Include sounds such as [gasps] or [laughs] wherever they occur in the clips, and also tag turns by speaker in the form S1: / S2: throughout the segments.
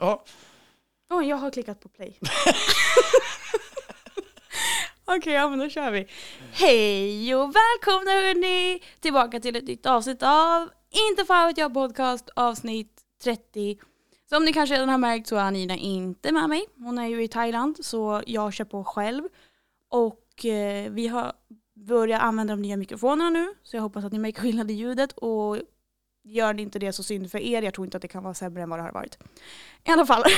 S1: Ja.
S2: Åh, jag har klickat på play. [laughs] Okej, ja men då kör vi. Hej och välkomna hörni tillbaka till ett nytt avsnitt av Inte fan vet jag podcast avsnitt 30. Som ni kanske redan har märkt så är Anina inte med mig. Hon är ju i Thailand så jag kör på själv. Och eh, vi har börjat använda de nya mikrofonerna nu så jag hoppas att ni märker skillnad i ljudet och gör ni inte det så synd för er. Jag tror inte att det kan vara sämre än vad det har varit. I alla fall. [laughs]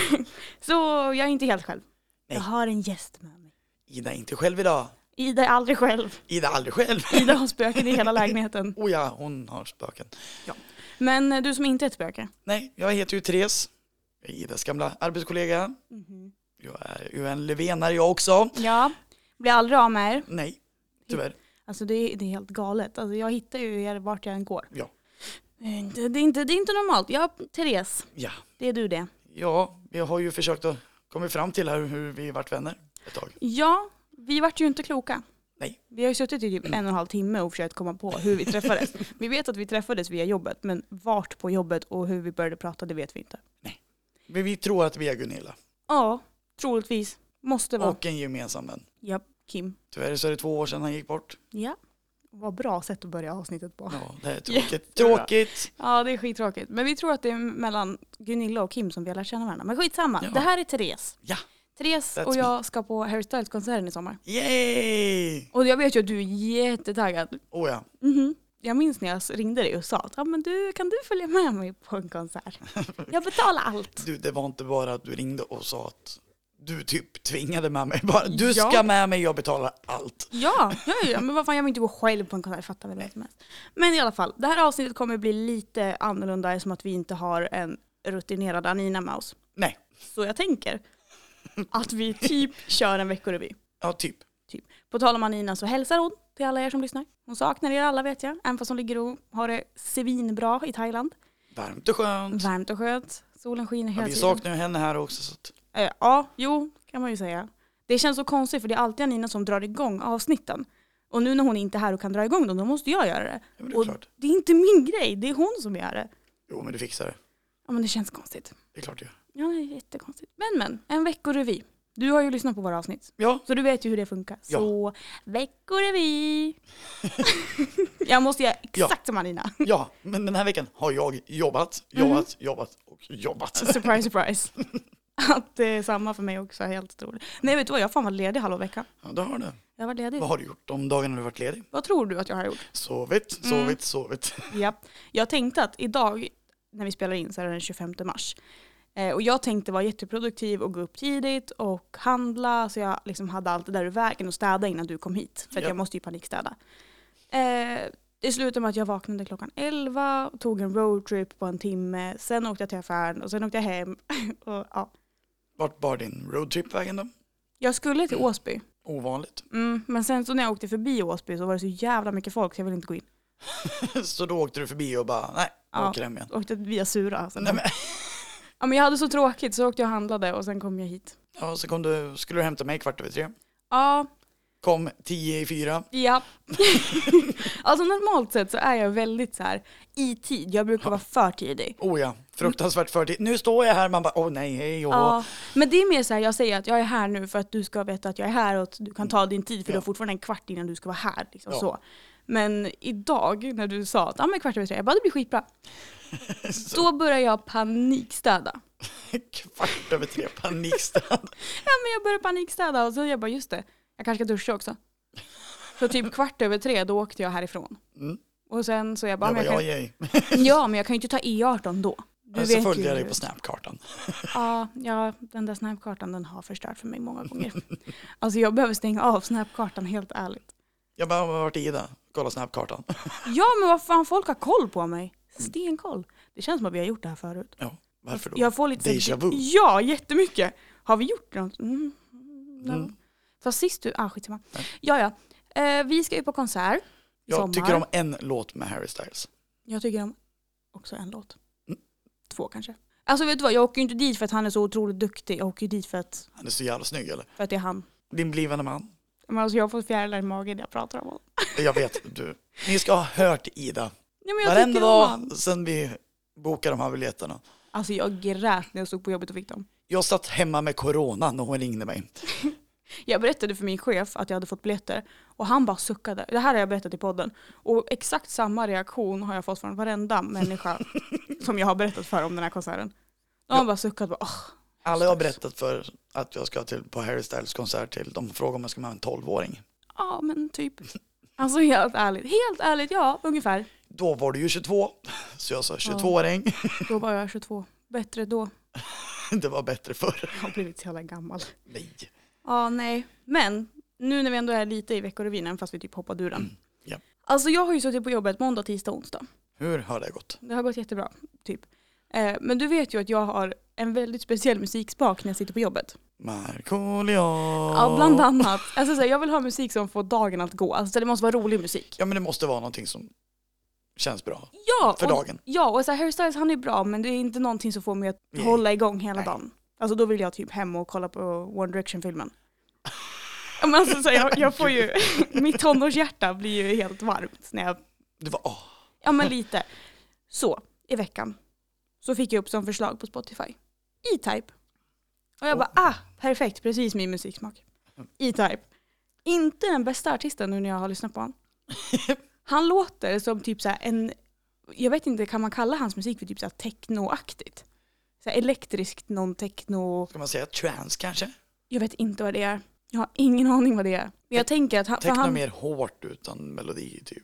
S2: Så jag är inte helt själv.
S1: Nej.
S2: Jag har en gäst med mig.
S1: Ida är inte själv idag.
S2: Ida är aldrig själv.
S1: Ida är aldrig själv.
S2: Ida har spöken i hela lägenheten.
S1: Oh ja, hon har spöken.
S2: Men eh, du som inte är ett spöke.
S1: Nej, jag heter ju Therese. Jag är Idas gamla arbetskollega.
S2: Mhm.
S1: Jag är ju en lövenare jag också.
S2: Ja, blir aldrig av med er.
S1: Nej, tyvärr.
S2: Alltså det är, det är helt galet. Alltså jag hittar ju er vart jag än går.
S1: Ja.
S2: Det är inte, det är inte, det är inte normalt. Ja, Therese,
S1: Ja,
S2: det är du det.
S1: ja vi har ju försökt att komma fram till här hur vi vart vänner ett tag.
S2: Ja, vi vart ju inte kloka.
S1: Nej.
S2: Vi har ju suttit i typ en och en halv timme och försökt komma på hur vi träffades. [laughs] vi vet att vi träffades via jobbet, men vart på jobbet och hur vi började prata, det vet vi inte.
S1: Men vi tror att vi är Gunilla
S2: Ja, troligtvis. Måste vara.
S1: och en gemensam vän.
S2: Ja, Kim.
S1: Tyvärr så är det två år sedan han gick bort.
S2: Ja. Vad bra sätt att börja avsnittet på.
S1: Ja, det är tråkigt.
S2: Jättebra.
S1: Tråkigt.
S2: Ja, det är skittråkigt. Men vi tror att det är mellan Gunilla och Kim som vi har lärt känna varandra. Men skitsamma.
S1: Ja.
S2: Det här är Therese.
S1: Ja.
S2: Therese
S1: That's
S2: och jag ska på Harry Styles-konserten i sommar.
S1: Yay!
S2: Och jag vet ju att du är jättetaggad.
S1: Oh ja,
S2: Mhm. Jag minns när jag ringde dig och sa att ah, men du, kan du följa med mig på en konsert? Jag betalar allt.
S1: du, det var inte bara att du ringde och sa att du typ tvingade med mig. Bara, du
S2: Ja.
S1: ska med mig, jag betalar allt.
S2: Ja, ja, ja, men vad fan, jag vill inte gå själv på en konsert, fattar väl vad som helst. Men i alla fall, det här avsnittet kommer bli lite annorlunda eftersom att vi inte har en rutinerad Anina med oss.
S1: Nej,
S2: Så jag tänker att vi typ kör en veckorevy.
S1: ja typ.
S2: Typ. På tal om Anina så hälsar hon till alla er som lyssnar. Hon saknar er alla vet jag, även fast hon ligger och har det svinbra i Thailand.
S1: Varmt och skönt.
S2: Varmt och skönt, solen skiner
S1: Ja,
S2: hela
S1: vi
S2: tiden.
S1: saknar ju henne här också. Så att,
S2: Eh, Ja, jo, kan man ju säga. Det känns så konstigt för det är alltid Anina som drar igång avsnitten. Och nu när hon inte är här och kan dra igång dem, då måste jag göra det.
S1: ja, men det är
S2: Och
S1: klart.
S2: det är inte min grej, det är hon som gör det.
S1: Jo, men du fixar det.
S2: Ja men det känns konstigt.
S1: Det är klart du gör.
S2: Ja det är jättekonstigt. Men men, en veckorevy. Du har ju lyssnat på våra avsnitt.
S1: Ja,
S2: Så du vet ju hur det funkar.
S1: Ja.
S2: Så veckorevy! jag måste
S1: [laughs]
S2: göra exakt som Anina.
S1: ja, men den här veckan har jag jobbat, jobbat,
S2: Mm.
S1: jobbat och jobbat.
S2: Surprise surprise. Att det är samma för mig också, helt otroligt. Nej vet du vad, jag har fan varit ledig halva veckan.
S1: Ja, det har du.
S2: Jag har varit ledig.
S1: Vad har du gjort de dagarna du varit ledig?
S2: Vad tror du att jag har gjort?
S1: Sovit,
S2: Mm.
S1: sovit, sovit.
S2: Ja. Jag tänkte att idag, när vi spelar in så är det den 25 mars. Eh, och jag tänkte vara jätteproduktiv och gå upp tidigt och handla så jag liksom hade allt det där ur vägen och städa innan du kom hit. För att
S1: Ja.
S2: jag måste ju panikstäda. Eh, det slutade med att jag vaknade klockan 11, tog en roadtrip på en timme, sen åkte jag till affären och sen åkte jag hem. [laughs] och, ja.
S1: Vart bar din roadtrip vägen då?
S2: Jag skulle till Åsby,
S1: Ovanligt. [laughs]
S2: mm, men sen så när jag åkte förbi Åsby så var det så jävla mycket folk så jag ville inte gå in.
S1: Så då åkte du förbi och bara, nej, jag
S2: Ja.
S1: åker hem igen.
S2: Åkte via Sura. Sen.
S1: Nej, men,
S2: Ja, men jag hade så tråkigt så åkte jag och handlade och sen kom jag hit.
S1: ja, så kom du, skulle du hämta mig kvart över tre.
S2: Ja,
S1: Kom tio i fyra.
S2: ja. [laughs] alltså normalt sett så är jag väldigt så här i tid. Jag brukar vara för tidig.
S1: Oh ja, fruktansvärt förtid. Nu står jag här, man bara, åh oh, nej, hej, åh.
S2: Ja, men det är mer så här, jag säger att jag är här nu för att du ska veta att jag är här och att du kan ta din tid för du har
S1: Ja.
S2: fortfarande en kvart innan du ska vara här. Liksom,
S1: Ja.
S2: så. Men idag när du sa att ah, men kvart över tre, jag bara det blir
S1: [laughs]
S2: skitbra. Då börjar jag panikstäda.
S1: [laughs] Kvart över tre, panikstäd.
S2: Ja men jag började panikstäda och så jag bara just det, jag kanske ska duscha också. Så typ kvart över tre då åkte jag härifrån.
S1: Mm.
S2: Och sen så jag bara,
S1: Jag bara,
S2: men jag
S1: ja,
S2: kan, [laughs]
S1: yay.
S2: ja men jag kan ju inte ta E18 då. Du
S1: så
S2: vet
S1: följde
S2: ju
S1: jag dig
S2: hur-
S1: på snapkartan.
S2: Ja, ja, den där snapkartan den har förstört för mig många
S1: [laughs]
S2: gånger. Alltså jag behöver stänga av snapkartan helt ärligt.
S1: Jag bara, vart är Ida? Kolla snapkartan. [laughs]
S2: Ja men vad fan, folk har koll på mig. Stenkoll. Det känns som att vi har gjort det här förut.
S1: Ja, varför då?
S2: Jag får lite... så-
S1: Déjà vu.
S2: Ja, jättemycket. Har vi gjort något? Mm. no.
S1: Mm.
S2: Fast sist du... Ah, skitsamma. Ja, ja. Eh, vi ska ju på konsert. i
S1: Jag
S2: sommar.
S1: tycker om en låt med Harry Styles.
S2: Jag tycker om också en låt.
S1: Mm.
S2: Två kanske. Alltså vet du vad, jag åker ju inte dit för att han är så otroligt duktig. Jag åker ju dit för att,
S1: Han är så jävla snygg eller?
S2: för att det är han.
S1: Din blivande man.
S2: Men alltså jag har fått fjärilar i magen när jag pratar om honom.
S1: Jag vet, [laughs] du. Ni ska ha hört Ida.
S2: Nej, men jag
S1: Varenda
S2: tycker om
S1: dag
S2: honom.
S1: sen vi bokade de här biljetterna.
S2: Alltså jag grät när jag stod på jobbet och fick dem.
S1: Jag satt hemma med corona när hon ringde mig.
S2: Jag berättade för min chef att jag hade fått biljetter och han bara suckade. Det här har jag berättat i podden. Och exakt samma reaktion har jag fått från varenda
S1: [laughs]
S2: människa som jag har berättat för om den här konserten. De har bara suckat. Bara, "Åh."
S1: Alla jag har berättat för att jag ska till, på Harry Styles konsert till, de frågar om jag ska med en 12-åring.
S2: Ja men
S1: [laughs]
S2: typ. Alltså helt ärligt, helt ärligt ja ungefär.
S1: Då var du ju 22, så jag sa 22-åring.
S2: Då var jag 22. Bättre då.
S1: [laughs] Det var bättre förr.
S2: Jag har blivit så jävla gammal.
S1: Nej.
S2: Ja nej. Men nu när vi ändå är lite i veckorevyn fast vi typ hoppade ur den.
S1: ja.
S2: Alltså jag har ju suttit på jobbet måndag, tisdag, onsdag.
S1: Hur har det gått?
S2: Det har gått jättebra, typ. Eh, men du vet ju att jag har en väldigt speciell musiksmak när jag sitter på jobbet.
S1: Markoolio.
S2: Ja, bland annat. Alltså, så här, jag vill ha musik som får dagen att gå. Alltså, det måste vara rolig musik.
S1: Ja men det måste vara någonting som känns bra
S2: Ja,
S1: för
S2: och,
S1: dagen.
S2: ja, och så här, Harry Styles han är bra men det är inte någonting som får mig att
S1: Nej.
S2: hålla igång hela
S1: Nej.
S2: dagen. Alltså då vill jag typ hem och kolla på One Direction-filmen. Ja, Men alltså, så här, jag, jag får
S1: [laughs]
S2: ju, mitt tonårshjärta blir ju helt varmt när jag
S1: Det var, åh,
S2: Ja men lite. Så, i veckan så fick jag upp som förslag på Spotify. E-Type. Och jag bara, ah, perfekt, precis min musiksmak. E-Type. Inte den bästa artisten nu när jag har lyssnat på honom. Han låter som typ så här en, jag vet inte, kan man kalla hans musik för typ så här technoaktigt? Så här elektriskt, någon techno,
S1: ska man säga trance kanske?
S2: jag vet inte vad det är. Jag har ingen aning vad det är. Men jag tänker att han, för
S1: Teckna
S2: han,
S1: mer hårt utan melodi typ.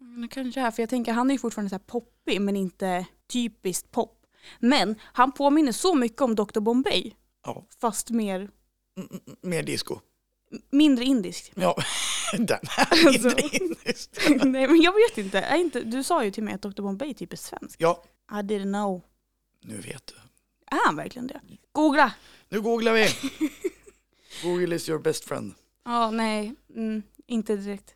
S2: Mm, Det kanske är, för jag tänker han är ju fortfarande så här poppig men inte typiskt pop. Men han påminner så mycket om Dr Bombay
S1: Ja,
S2: fast mer,
S1: mm, mm,
S2: [laughs]
S1: mer disco.
S2: m- mindre indiskt.
S1: Ja, den här
S2: Alltså.
S1: mindre indiskt.
S2: [laughs] Nej men jag vet inte. Är inte. Du sa ju till mig att Dr Bombay typ är svensk.
S1: Ja,
S2: I didn't know.
S1: nu vet du.
S2: Är han verkligen det? Googla!
S1: Nu
S2: [laughs]
S1: googlar vi. Google is your best friend.
S2: Ja, nej. Mm, inte direkt.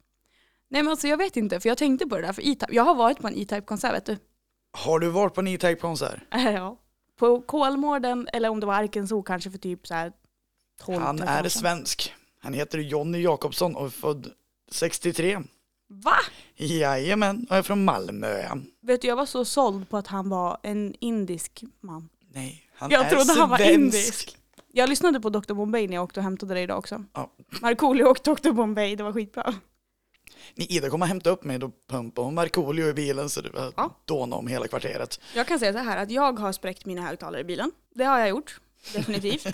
S2: Nej men alltså jag vet inte för jag tänkte på det där för E-Type. Jag har varit på en E-Type-konsert vet du. [laughs]
S1: Har du varit på en E-Type konsert?
S2: ja. På Kolmården eller om det var Arkens zoo kanske för typ så här 12
S1: Han
S2: 13 år
S1: är
S2: sedan.
S1: svensk. Han heter Jonny Jakobsson och är född 63.
S2: Va?
S1: Jajamän, och är från Malmö.
S2: Vet du, jag var så såld på att han var en indisk man.
S1: Nej, han
S2: Jag
S1: är
S2: trodde han var
S1: svensk.
S2: indisk. Jag lyssnade på Dr Bombay när jag åkte och hämtade dig idag också.
S1: Ja.
S2: Markoolio och Dr Bombay, det var skitbra.
S1: Ni, Ida kom och hämtade upp mig, då pumpade hon Markoolio i bilen så det var
S2: Ja.
S1: dåna om hela kvarteret.
S2: Jag kan säga så här att jag har spräckt mina högtalare i bilen. Det har jag gjort,
S1: [laughs]
S2: definitivt.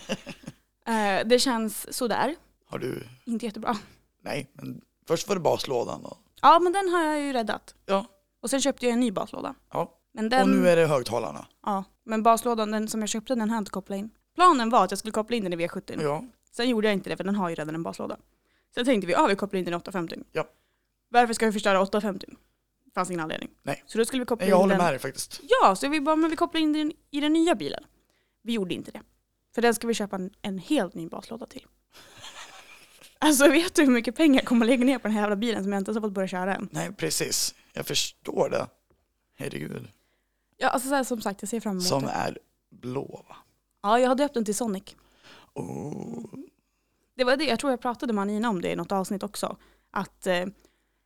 S2: Eh, det känns sådär,
S1: Har du,
S2: inte jättebra.
S1: nej, men först var det baslådan och,
S2: Ja men den har jag ju räddat.
S1: ja,
S2: Och sen köpte jag en ny baslåda.
S1: ja.
S2: Men den,
S1: och nu är det högtalarna.
S2: ja, men baslådan den som jag köpte den har jag inte kopplat in. Planen var att jag skulle koppla in den i V70.
S1: Ja,
S2: Sen gjorde jag inte det för den har ju redan en baslåda. Sen tänkte vi, ja vi kopplar in den i 850.
S1: Ja.
S2: Varför ska vi förstöra 850? Fanns ingen anledning.
S1: Nej.
S2: Så då skulle vi koppla
S1: nej, jag
S2: in
S1: håller
S2: den.
S1: med dig faktiskt.
S2: Ja, så vi bara, men vi kopplar in den i den nya bilen. Vi gjorde inte det. För den ska vi köpa en, en helt ny baslåda till. [laughs] Alltså vet du hur mycket pengar jag kommer att lägga ner på den här jävla bilen som jag inte ens har fått börja köra än?
S1: Nej, precis. Jag förstår det. Herregud.
S2: Ja, alltså så här, som sagt, jag ser fram emot
S1: Som
S2: det.
S1: är blå, va?
S2: Ja, jag har döpt den till Sonic.
S1: Oh.
S2: Det var det, jag tror jag pratade med Anina om det i något avsnitt också. Att eh,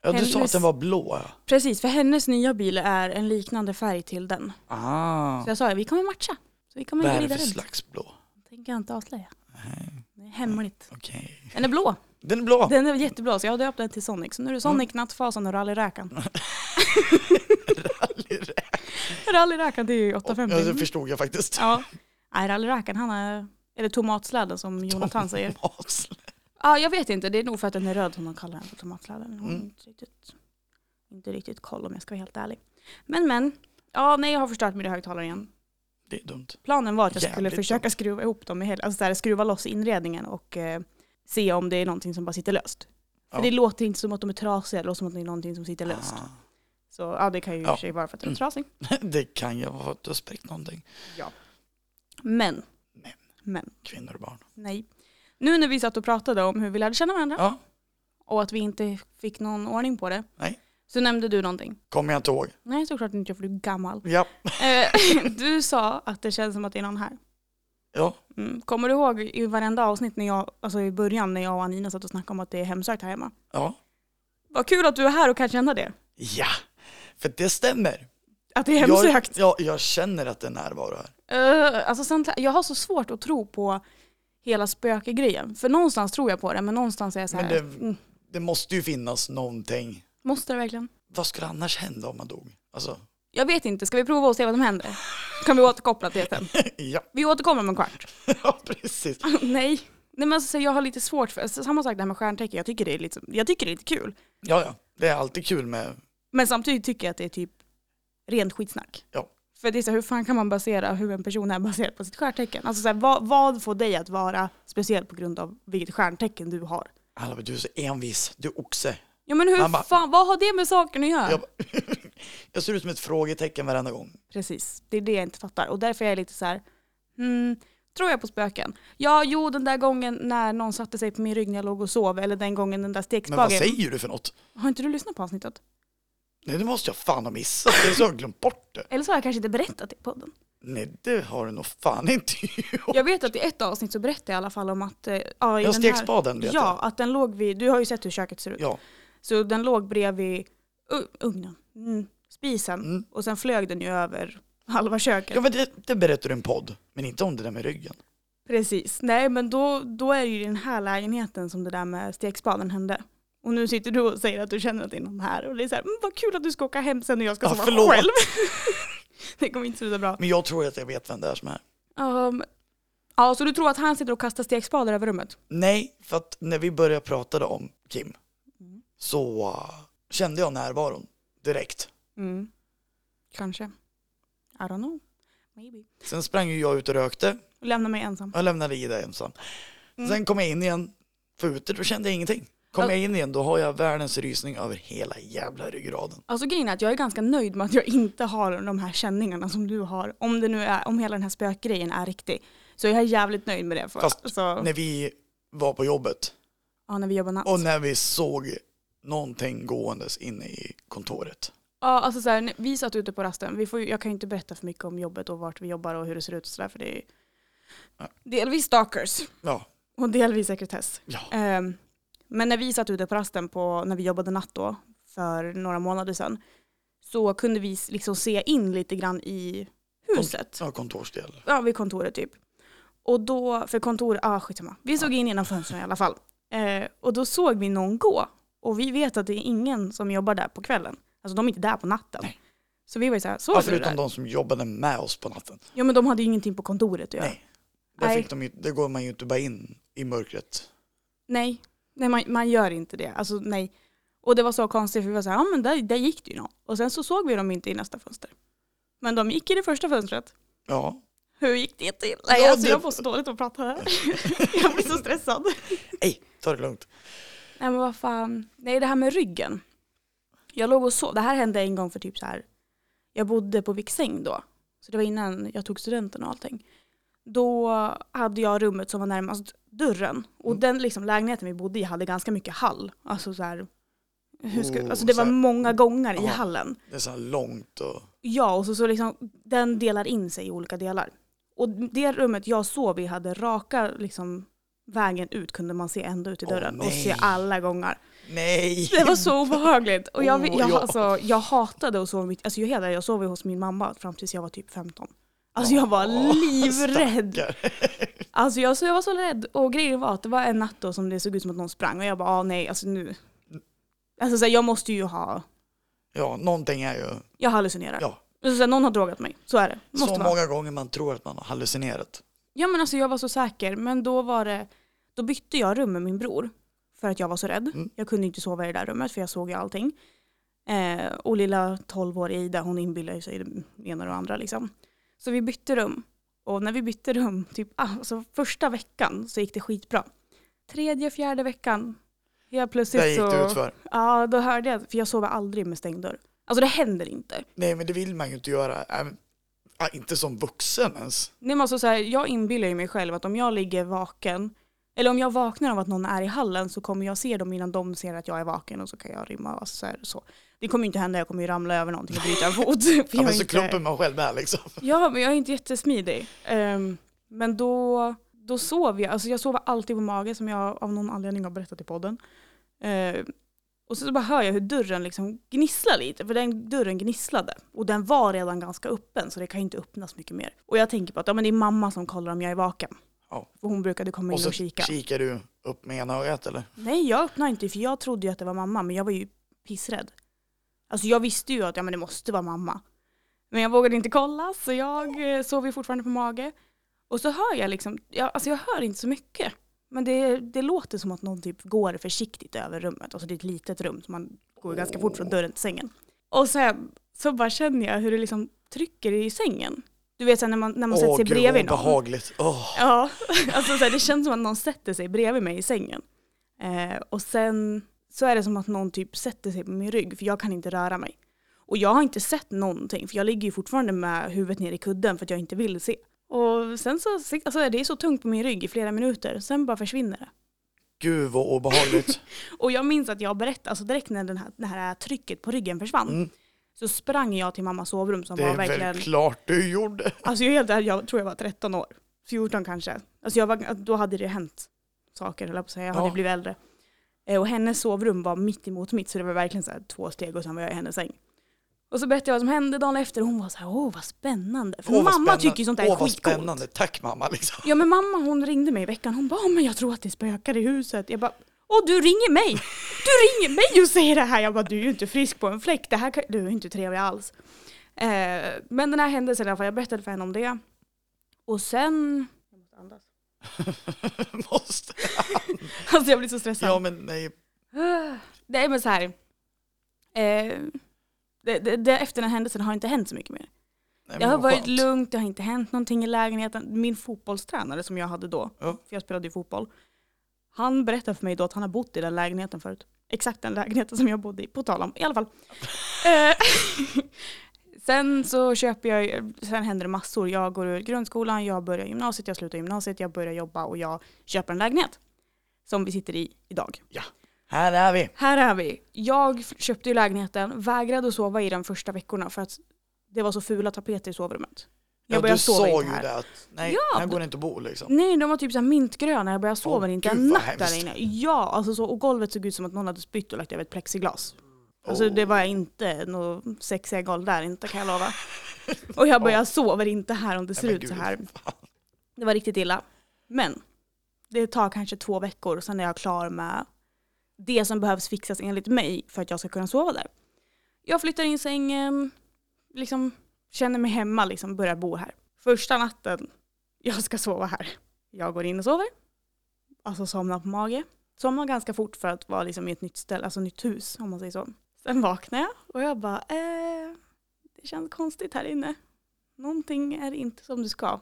S1: Ja, du sa
S2: Hennes-
S1: att den var blå. ja.
S2: Precis, för hennes nya bil är en liknande färg till den.
S1: Ah.
S2: Så jag sa att vi kommer matcha. Så vi
S1: Vad
S2: kommer
S1: är
S2: glida
S1: det för
S2: runt.
S1: slags blå?
S2: tänker jag inte avslöja.
S1: Nej,
S2: Det är hemligt.
S1: Mm, Okej.
S2: Den är blå.
S1: Den är blå. [laughs]
S2: Den är jätteblå så jag har döpt den till Sonic. Så nu är det
S1: Mm.
S2: Sonic, Nattfasen och Rallyräkan. [laughs] Rallyräkan det är ju
S1: Ja, det
S2: 850.
S1: förstod jag faktiskt. [laughs]
S2: Ja. Nej, Rallyräkan han är... Eller tomatsläden
S1: [laughs]
S2: som Jonathan säger.
S1: Tomatsläde.
S2: Ja, jag vet inte. Det är nog för att den är röd som de kallar den för tomatsläden. Jag har
S1: Mm.
S2: inte riktigt, inte riktigt koll om jag ska vara helt ärlig. Men men. Ja, nej jag har förstört mina högtalare igen.
S1: Det är dumt.
S2: Planen var att jag skulle
S1: Jävligt
S2: försöka skruva ihop dem, i hela, alltså så här, skruva loss inredningen och eh, se om det är någonting som bara sitter löst. För
S1: Ja.
S2: det låter inte som att de är trasiga, det låter som att det är någonting som sitter löst.
S1: Ah. [laughs]
S2: Så ja, det kan ju i och
S1: Ja. Mm.
S2: för sig vara för att den är trasig.
S1: Det kan ju vara att du har spräckt någonting.
S2: Men,
S1: Men.
S2: men,
S1: Kvinnor och barn.
S2: nej. Nu när vi satt och pratade om hur vi lärde känna varandra
S1: Ja,
S2: och att vi inte fick någon ordning på det,
S1: Nej.
S2: så nämnde du någonting.
S1: kommer jag inte ihåg.
S2: Nej, såklart inte, för du är
S1: [laughs]
S2: gammal.
S1: Ja,
S2: Eh, [laughs] du sa att det känns som att det är någon här.
S1: ja.
S2: Mm. Kommer du ihåg i varenda avsnitt när jag, alltså i början när jag och Anina satt och snackade om att det är hemsökt här hemma?
S1: ja.
S2: Vad kul att du är här och kan känna det.
S1: Ja, för det stämmer.
S2: Att det är
S1: Jag,
S2: hemsökt.
S1: jag, jag känner att det är närvaro här.
S2: Eh, alltså sen, jag har så svårt att tro på hela spökegrejen. För någonstans tror jag på det, men någonstans är jag så
S1: Men
S2: här.
S1: det-
S2: mm,
S1: Det måste ju finnas någonting.
S2: måste det verkligen?
S1: Vad skulle annars hända om man dog? Alltså, [laughs]
S2: Jag vet inte, ska vi prova och se vad som händer? Kan vi återkoppla till det sen?
S1: ja, [laughs]
S2: Vi återkommer om en kvart.
S1: ja precis.
S2: Nej. Nej men alltså, jag har lite svårt för, alltså, samma sak där med stjärntecken, jag tycker det är lite, jag tycker det är lite kul.
S1: Ja, ja. Det är alltid kul med...
S2: Men samtidigt tycker jag att det är typ rent skitsnack.
S1: Ja.
S2: För det är så här, hur fan kan man basera hur en person är baserad på sitt stjärntecken? Alltså så här, vad, vad får dig att vara speciell på grund av vilket stjärntecken du har?
S1: Alla bara, du är så envis, du är oxe.
S2: Ja men hur
S1: Man bara-
S2: fan, vad har det med saken att göra?
S1: Jag, bara, [laughs] jag ser ut som ett frågetecken varenda gång.
S2: Precis, det är det jag inte fattar. Och därför är jag lite så här, hmm, tror jag på spöken? Ja, jo den där gången när någon satte sig på min rygg när jag låg och sov, eller den gången den där
S1: Men vad
S2: stekspagen.
S1: säger du för något?
S2: Har inte du lyssnat på avsnittet?
S1: Nej, det måste jag fan ha missat. Det är så jag har glömt bort det.
S2: Eller så har jag kanske inte berättat det i podden.
S1: Nej, det har du nog fan inte [laughs] gjort.
S2: Jag vet att i ett avsnitt så berättade jag i alla fall om att... eh, Ja, i
S1: Oh.
S2: den
S1: Jag stek
S2: här-
S1: spaden, vet
S2: Ja, att den låg vid... Du har ju sett hur köket ser ut.
S1: jag. Ja.
S2: Så den låg bredvid u- ugnen, mm, spisen.
S1: Mm.
S2: Och sen flög den ju över [laughs] halva köket.
S1: ja, men det, det berättar du i en podd. Men inte om det där med ryggen.
S2: Precis. Nej, men då, då är det ju i den här lägenheten som det där med stekspaden hände. Och nu sitter du och säger att du känner att det är någon här. Och det är så här, mm, vad kul att du ska åka hem sen och jag ska
S1: Ja,
S2: sova
S1: förlåt.
S2: själv. [laughs] det kommer inte sluta bra.
S1: Men jag tror att jag vet vem det är som är.
S2: Um, ja, så du tror att han sitter och kastar stekspadar över rummet?
S1: Nej, för att när vi började prata om Kim
S2: Mm.
S1: så uh, kände jag närvaron direkt.
S2: Mm. Kanske. I don't know. Maybe.
S1: Sen sprang ju jag ut och rökte.
S2: Och lämna mig ensam.
S1: Jag lämnade Ida ensam.
S2: Mm.
S1: Sen kom jag in igen. För ute då kände jag ingenting. Kom jag in igen då har jag världens rysning över hela jävla ryggraden.
S2: Alltså grejen är att jag är ganska nöjd med att jag inte har de här känningarna som du har. Om det nu är, om hela den här spökgrejen är riktig. Så jag är jävligt nöjd med det. För,
S1: Fast
S2: alltså,
S1: När vi var på jobbet
S2: ja, när vi jobbar natt.
S1: och när vi såg någonting gåendes inne i kontoret.
S2: Ja, alltså så här, när vi satt ute på rasten. Vi får, ju- jag kan ju inte berätta för mycket om jobbet och vart vi jobbar och hur det ser ut och sådär. För det är ju
S1: Ja.
S2: delvis stalkers
S1: Ja,
S2: och delvis sekretess.
S1: ja.
S2: Ehm, men när vi satt ute på rasten på, när vi jobbade natt då, för några månader sedan, så kunde vi s- liksom se in lite grann i huset.
S1: ja kontorsdel.
S2: Ja, vid kontoret typ. Och då, för kontor, ja ah, skitsamma. Vi såg in genom fönstren i alla fall. Eh, och då såg vi någon gå. Och vi vet att det är ingen som jobbar där på kvällen. Alltså de är inte där på natten.
S1: Nej.
S2: Så vi var ju såhär, såg
S1: Ja,
S2: du det där?
S1: förutom de som jobbade med oss på natten.
S2: Ja men de hade ju ingenting på kontoret att göra. Nej.
S1: Nej. Där,
S2: Nej.
S1: fick de ju, där går man ju inte bara in i mörkret.
S2: Nej, man, man gör inte det. Alltså nej. Och det var så konstigt för vi var såhär, ja men där, där gick det ju någon. Och sen så såg vi dem inte i nästa fönster. Men de gick i det första fönstret.
S1: Ja.
S2: Hur gick det till? Nej,
S1: Ja,
S2: alltså,
S1: det-
S2: jag får så dåligt att prata här. [laughs] jag blir så stressad.
S1: Ej, ta det lugnt.
S2: Nej men vad fan. Nej det här med ryggen. Jag låg och sov. Det här hände en gång för typ så här. Jag bodde på Viksäng då. Så det var innan jag tog studenten och allting. Då hade jag rummet som var närmast dörren. Och
S1: Mm.
S2: den liksom, lägenheten vi bodde i hade ganska mycket hall. Alltså så här. Hur ska,
S1: Oh,
S2: alltså det
S1: så
S2: var
S1: här-
S2: många gångar i
S1: Ja.
S2: hallen.
S1: Det är så här långt och...
S2: Ja, och så, så liksom, den delar in sig i olika delar. Och det rummet jag sov i hade raka liksom, vägen ut kunde man se ända ut i
S1: Åh,
S2: dörren och se
S1: nej.
S2: alla gångar.
S1: Nej!
S2: Det var så obehagligt. Och jag,
S1: Åh,
S2: jag,
S1: ja.
S2: alltså, jag hatade att sova mitt... Alltså jag, hela, jag sov ju hos min mamma fram tills jag var typ 15. Alltså jag var
S1: Åh,
S2: livrädd.
S1: stackare.
S2: Alltså jag, så jag var så rädd. Och grejen var att det var en natt då som det såg ut som att någon sprang. Och jag bara, ah, nej, alltså nu. Alltså så här, jag måste ju ha...
S1: Ja, någonting är ju...
S2: Jag hallucinerar.
S1: Ja.
S2: Alltså, så här, någon har drogat mig. Så är det. Måste
S1: så
S2: vara.
S1: många gånger man tror att man har hallucinerat.
S2: Ja men alltså jag var så säker, men då var det, då bytte jag rum med min bror. För att jag var så rädd.
S1: Mm.
S2: Jag kunde inte sova i det där rummet för jag såg ju allting. Eh, och lilla 12-åriga Ida, hon inbillar ju sig det ena och det andra liksom. Så vi bytte rum. Och när vi bytte rum, typ alltså första veckan så gick det skitbra. Tredje, fjärde veckan, helt plötsligt
S1: Det gick
S2: så...
S1: det ut för.
S2: Ja, då hörde jag, för jag sover aldrig med stängd dörr. Alltså det händer inte.
S1: Nej, men det vill man ju inte göra. Även, ja, inte som vuxen ens.
S2: Nej, men alltså så här, jag inbillar ju mig själv att om jag ligger vaken, eller om jag vaknar av att någon är i hallen så kommer jag se dem innan de ser att jag är vaken och så kan jag rymma. Alltså så här, så. Det kommer ju inte hända, jag kommer ju ramla över någonting och bryta en fot. [laughs] För
S1: Ja,
S2: jag är
S1: men så klumper man själv med liksom.
S2: ja, men jag är inte jättesmidig. Ehm, men då, då sov jag, alltså jag sover alltid på mage som jag av någon anledning har berättat i podden. Ehm, Och så bara hör jag hur dörren liksom gnisslar lite, för den dörren gnisslade. Och den var redan ganska öppen, så det kan ju inte öppnas mycket mer. Och jag tänker på att ja, men det är mamma som kollar om jag är vaken.
S1: Ja.
S2: För hon brukade komma in
S1: Och
S2: och,
S1: så
S2: kika.
S1: kikar du upp med ena ögat eller?
S2: Nej, jag öppnade inte, för jag trodde ju att det var mamma, men jag var ju pissrädd. Alltså jag visste ju att ja, men det måste vara mamma. Men jag vågade inte kolla, så jag eh, sov ju fortfarande på mage. Och så hör jag liksom, jag, alltså jag hör inte så mycket. Men det, det låter som att någon typ går försiktigt över rummet. Alltså det är ett litet rum, så man går ju ganska fort från dörren till sängen. Och sen så bara känner jag hur det liksom trycker i sängen. Du vet så här, när man, när man sätter sig
S1: gud,
S2: bredvid
S1: vad
S2: någon.
S1: obehagligt. Åh.
S2: Ja, [laughs] alltså så här, det känns som att någon sätter sig bredvid mig i sängen. Eh, och sen så är det som att någon typ sätter sig på min rygg för jag kan inte röra mig. Och jag har inte sett någonting för jag ligger ju fortfarande med huvudet ner i kudden för att jag inte vill se. Och sen så, alltså det är så tungt på min rygg i flera minuter, sen bara försvinner det.
S1: Gud vad
S2: [laughs]
S1: obehagligt.
S2: Och jag minns att jag berättade, alltså direkt när den här, det här trycket på ryggen försvann,
S1: Mm.
S2: så sprang jag till mammas sovrum som
S1: Det
S2: var
S1: är
S2: verkligen...
S1: väl klart du gjorde.
S2: Alltså jag är helt ärlig, jag tror jag var 13 år. 14 kanske. Alltså jag var, då hade det hänt saker, eller jag på att säga. Jag hade
S1: Ja.
S2: blivit äldre. Eh, Och hennes sovrum var mitt emot mitt, så det var verkligen så här två steg och sen var jag i hennes säng. Och så berättade jag vad som hände dagen efter och hon var så här, åh vad spännande. För
S1: Åh, vad
S2: mamma
S1: spännande.
S2: tycker ju sånt där
S1: Åh,
S2: är
S1: vad
S2: skitcoolt.
S1: spännande. Tack mamma liksom. [laughs]
S2: Ja men mamma hon ringde mig i veckan, hon bara "Ja, men jag tror att det spökar i huset. Jag bara Åh du ringer mig! Du ringer mig och säger det här! Jag bara du är ju inte frisk på en fläck, det här kan, du är inte trevlig alls. Eh, men den här händelsen i alla fall, jag berättade för henne om det. Och sen... Jag måste andas.
S1: Måste.
S2: [laughs] Alltså jag blir så stressad.
S1: Ja men nej.
S2: [sighs] Nej men så här. Eh, det, det, det, efter den här händelsen har inte hänt så mycket mer.
S1: nej
S2: Det har
S1: men vad
S2: varit
S1: skönt.
S2: lugnt, det har inte hänt någonting i lägenheten. Min fotbollstränare som jag hade då,
S1: Ja.
S2: för jag spelade ju fotboll, han berättade för mig då att han har bott i den lägenheten förut. Exakt den lägenheten som jag bodde i, på tal om. I alla
S1: [laughs]
S2: fall. Eh, [laughs] sen så köper jag, sen händer det massor. Jag går ur grundskolan, jag börjar gymnasiet, jag slutar gymnasiet, jag börjar jobba och jag köper en lägenhet. Som vi sitter i idag.
S1: Här är vi.
S2: Här är vi. Jag f- köpte ju lägenheten, vägrade att sova i den första veckorna för att det var så fula tapeter i sovrummet. Jag
S1: ja,
S2: började
S1: du
S2: sova
S1: sa
S2: inte
S1: ju
S2: här.
S1: det att nej,
S2: Ja,
S1: här
S2: d-
S1: går det inte att bo liksom.
S2: Nej, de var typ så här mintgröna. Jag började sova
S1: Åh,
S2: inte
S1: gud,
S2: en
S1: vad
S2: natt där
S1: hemskt.
S2: inne. Ja, alltså så, och golvet såg ut som att någon hade spytt och lagt över ett plexiglas. Alltså
S1: Åh.
S2: det var inte några sexiga golv där inte kan jag lova. Och jag bara, jag sover inte här om det ser
S1: men
S2: ut så
S1: gud,
S2: här. Det var riktigt illa. Men det tar kanske två veckor och sen är jag klar med det som behövs fixas enligt mig för att jag ska kunna sova där. Jag flyttar in i sängen, liksom, känner mig hemma, liksom, börjar bo här. Första natten, jag ska sova här. Jag går in och sover. Alltså somnar på mage. Somnar ganska fort för att vara liksom, i ett nytt ställe, alltså nytt hus om man säger så. Sen vaknar jag och jag bara, eh, det känns konstigt här inne. Någonting är inte som du ska.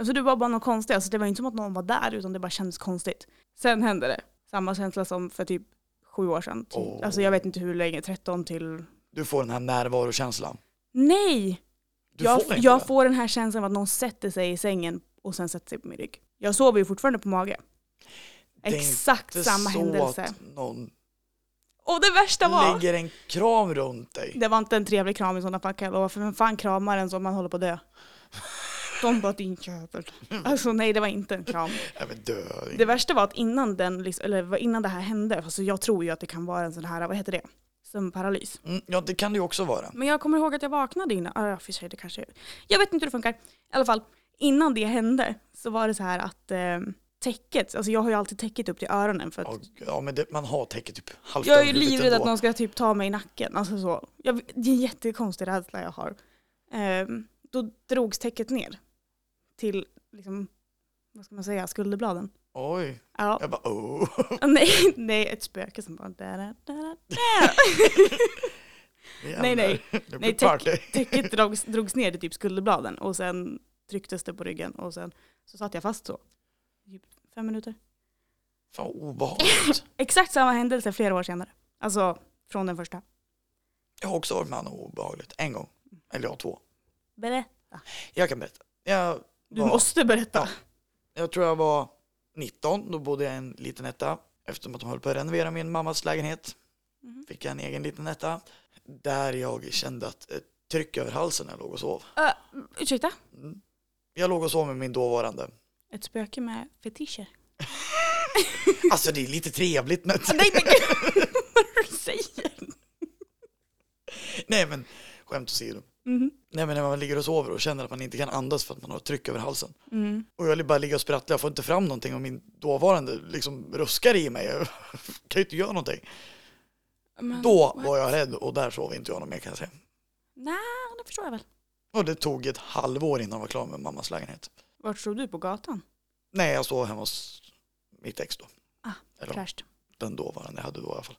S2: Alltså det var bara något konstigt, alltså det var inte som att någon var där utan det bara kändes konstigt. Sen hände det. Samma känsla som för typ sju år sedan. Typ.
S1: Åh.
S2: Alltså jag vet inte hur länge, 13 till...
S1: Du får den här närvarokänslan.
S2: Nej!
S1: Du
S2: jag
S1: får inte
S2: jag
S1: det.
S2: får den här känslan av att någon sätter sig i sängen och sen sätter sig på min rygg. Jag sover ju fortfarande på mage.
S1: Det är
S2: Exakt
S1: inte
S2: samma
S1: så
S2: händelse.
S1: att någon
S2: Och det värsta var,
S1: lägger en kram runt dig.
S2: det var inte en trevlig kram i sådana fall kan jag lova, för vem fan kramar en som man håller på att dö? De bara din jävel. Alltså nej det var inte en kram.
S1: Nej Mm. men dö.
S2: Det värsta var att innan, den, liksom- eller vad- innan det här hände, alltså jag tror ju att det kan vara en sån här, vad heter det? Sömnparalys.
S1: Mm, ja det kan det ju också vara.
S2: Men jag kommer ihåg att jag vaknade innan, ah, ja, för sig, det kanske, jag vet inte hur det funkar. I alla fall, innan det hände så var det så här att eh, täcket, alltså jag har ju alltid täcket upp till öronen för att
S1: Ja, Ja men det, man har täcket typ halvt
S2: jag är ju
S1: över huvudet
S2: livrädd att
S1: ändå.
S2: någon ska typ ta mig i nacken. Alltså så. Jag, det är en jättekonstig rädsla jag har. Ehm, då drogs täcket ner till, liksom, vad ska man säga, skulderbladen.
S1: Oj,
S2: Ja,
S1: jag bara oh. [laughs]
S2: nej, [laughs] nej, ett spöke som bara... [laughs] Da, da, da, da. Nej,
S1: [laughs]
S2: nej.
S1: Det
S2: Nej,
S1: blir
S2: täck-
S1: party.
S2: täcket drogs, drogs ner till typ skulderbladen och sen trycktes det på ryggen och sen så satt jag fast så. Typ fem minuter.
S1: Fan vad obehagligt.
S2: Exakt samma händelse flera år senare. Alltså från den första.
S1: Jag har också varit med om något obehagligt. En gång. Eller ja, två.
S2: Berätta.
S1: Jag kan berätta. Jag,
S2: Du
S1: var,
S2: måste berätta.
S1: Ja. jag tror jag var 19, då bodde jag i en liten etta. Eftersom att de höll på att renovera min mammas lägenhet
S2: Mhm.
S1: fick jag en egen liten etta. Där jag kände att ett tryck över halsen när jag låg och sov.
S2: Ö, ursäkta?
S1: Mm. Jag låg och sov med min dåvarande.
S2: Ett spöke med [laughs] fetischer.
S1: Alltså det är lite trevligt men
S2: Nej men gud! [laughs] Vad du säger.
S1: Nej men skämt åsido.
S2: Mhm.
S1: Nej men när man ligger och sover och känner att man inte kan andas för att man har ett tryck över halsen.
S2: Mm.
S1: Och jag bara ligger och sprattlar, jag får inte fram någonting och min dåvarande liksom ruskar i mig. [laughs] Jag kan ju inte göra någonting.
S2: Men,
S1: Då var jag rädd och där sov inte jag någon mer kan jag säga.
S2: Nej, det förstår jag väl.
S1: Och det tog ett halvår innan jag var klar med mammas lägenhet.
S2: Vart stod du? På gatan?
S1: Nej, jag stod hemma hos mitt ex då.
S2: Ah,
S1: Eller
S2: Fräscht.
S1: den dåvarande jag hade då i alla fall.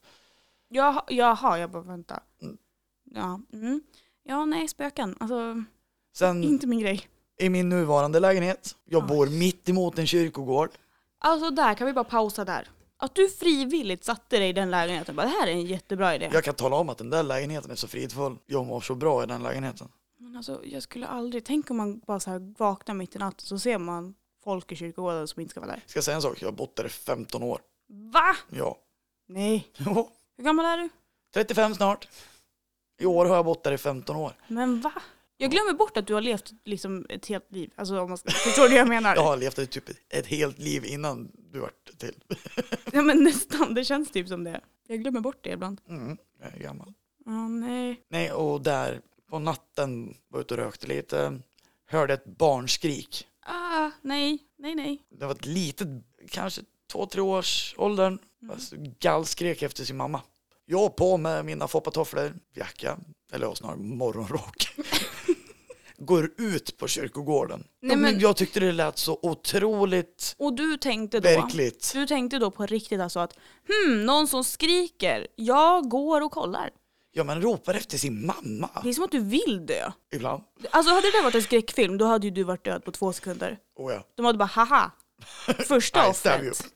S2: Jaha, jaha, jag bara vänta.
S1: Mm.
S2: Ja, mm. ja, nej, spöken. Alltså,
S1: Sen
S2: inte min grej.
S1: i min nuvarande lägenhet, jag
S2: Ah.
S1: bor mitt emot en kyrkogård.
S2: Alltså där kan vi bara pausa där. Att du frivilligt satte dig i den lägenheten. Bara, det här är en jättebra idé.
S1: Jag kan tala om att den där lägenheten är så fridfull. Jag mår så bra i den lägenheten.
S2: Men alltså, jag skulle aldrig, tänk om man bara så här vaknar mitt i natten så ser man folk i kyrkogården som inte ska vara där.
S1: Ska jag säga en sak? Jag har bott där i 15 år.
S2: Va?
S1: Ja.
S2: Nej.
S1: Jo,
S2: Hur gammal är du?
S1: 35 snart. I år har jag bott där i 15 år.
S2: Men va? Jag glömmer bort att du har levt liksom ett helt liv. Alltså om man ska, förstår du vad jag
S1: [laughs]
S2: menar?
S1: Jag har levt ett, typ ett helt liv innan du vart till.
S2: ja men nästan, det känns typ som det. Jag glömmer bort det ibland.
S1: Mm, jag är gammal.
S2: Ja nej.
S1: Nej, och där på natten var jag ute och rökte lite. Hörde ett barnskrik.
S2: Ah, nej, nej, nej.
S1: Det var ett litet, kanske två, tre års åldern. Alltså, gallskrek efter sin mamma. Jag på med mina foppatofflor, jacka, eller snarare morgonrock. Går ut på kyrkogården.
S2: Nej,
S1: men...
S2: men-
S1: Jag tyckte det lät så otroligt
S2: Och du tänkte då?
S1: verkligt.
S2: Du tänkte då på riktigt alltså att hmm, någon som skriker, jag går och kollar.
S1: Ja, man ropar efter sin mamma
S2: Det är som att du vill dö.
S1: ibland.
S2: Alltså hade det där varit en skräckfilm då hade ju du varit död på två sekunder.
S1: Oh, ja.
S2: De hade bara
S1: [laughs]
S2: haha, första
S1: I stab you.
S2: offret.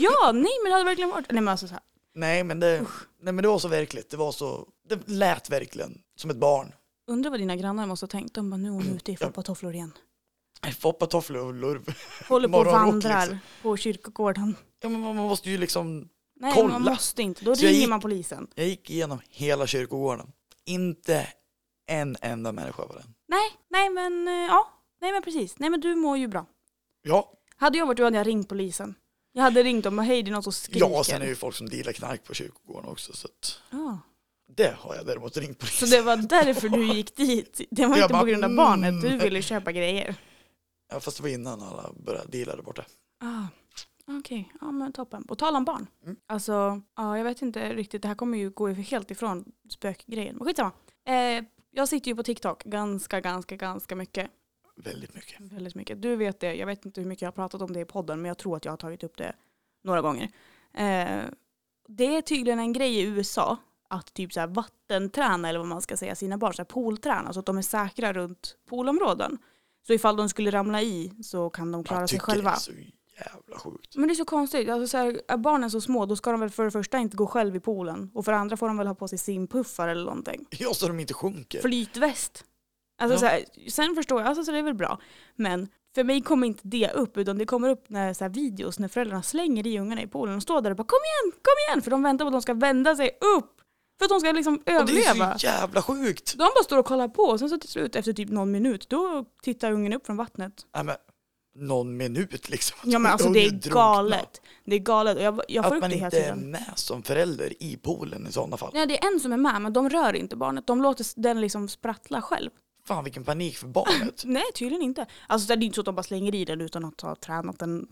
S2: Ja, nej men det hade verkligen varit... Nej men alltså så här.
S1: Nej, men det, nej, men det var så verkligt. Det, var så, det lät verkligen som ett barn.
S2: Undrar vad dina grannar måste ha tänkt. De bara nu är hon ute i foppatofflor igen.
S1: Foppatofflor och lurv.
S2: Håller på och
S1: Morgonrock,
S2: vandrar
S1: liksom.
S2: på kyrkogården.
S1: Ja, men man måste ju liksom
S2: Nej
S1: Kolla.
S2: man måste inte, då
S1: Så jag
S2: ringer
S1: gick-
S2: man polisen.
S1: Jag gick igenom hela kyrkogården. Inte en enda människa var den.
S2: Nej, nej men eh, ja, nej men precis. Nej men du mår ju bra.
S1: Ja,
S2: Hade jag varit du hade jag ringt polisen. Jag hade ringt dem och hej det är någon som skriker.
S1: ja sen är det ju folk som dealar knark på kyrkogården också. Så att
S2: Ja.
S1: det har jag däremot ringt
S2: Så
S1: polisen.
S2: det var därför du gick dit? Det var
S1: Jag
S2: inte
S1: bara,
S2: på grund av
S1: mm.
S2: barnet, du ville köpa grejer?
S1: Ja, fast det var innan alla började deala där borta.
S2: Ah, Okej, ja men toppen. På tal om barn.
S1: Mm.
S2: Alltså, ja, jag vet inte riktigt, det här kommer ju gå helt ifrån spökgrejen. Men skitsamma. Eh, jag sitter ju på TikTok ganska, ganska, ganska mycket.
S1: Väldigt mycket.
S2: Väldigt mycket. Du vet det, jag vet inte hur mycket jag har pratat om det i podden men jag tror att jag har tagit upp det några gånger. Eh, det är tydligen en grej i USA att typ så här vattenträna eller vad man ska säga sina barn, så här poolträna så att de är säkra runt poolområden. Så ifall de skulle ramla i så kan de klara
S1: Jag
S2: sig
S1: tycker det
S2: själva.
S1: är så jävla sjukt.
S2: Men det är så konstigt. Alltså så här, är barnen så små då ska de väl för det första inte gå själv i poolen och för det andra får de väl ha på sig simpuffar eller någonting.
S1: Ja, så de inte sjunker.
S2: Flytväst. Alltså
S1: Ja.
S2: så här, sen förstår jag, alltså så det är väl bra. Men för mig kommer inte det upp utan det kommer upp när så här, videos när föräldrarna slänger i ungarna i poolen och står där och bara kom igen, kom igen! För de väntar på att de ska vända sig upp. För att de ska liksom
S1: Och det är
S2: överleva.
S1: så jävla sjukt.
S2: De bara står och kollar på och sen så till slut efter typ någon minut då tittar ungen upp från vattnet
S1: Nej, men någon minut liksom.
S2: Ja men alltså
S1: Och
S2: det är
S1: drunkna.
S2: galet. Det är galet och jag, jag får
S1: Att
S2: upp
S1: man
S2: det hela
S1: inte är
S2: tiden.
S1: med som förälder i poolen i sådana fall.
S2: Nej det är en som är med men de rör inte barnet. De låter s- den liksom sprattla själv.
S1: Fan vilken panik
S2: [laughs]
S1: för barnet.
S2: Nej tydligen inte. Alltså det är inte så att de bara slänger i den utan att ha tränat den.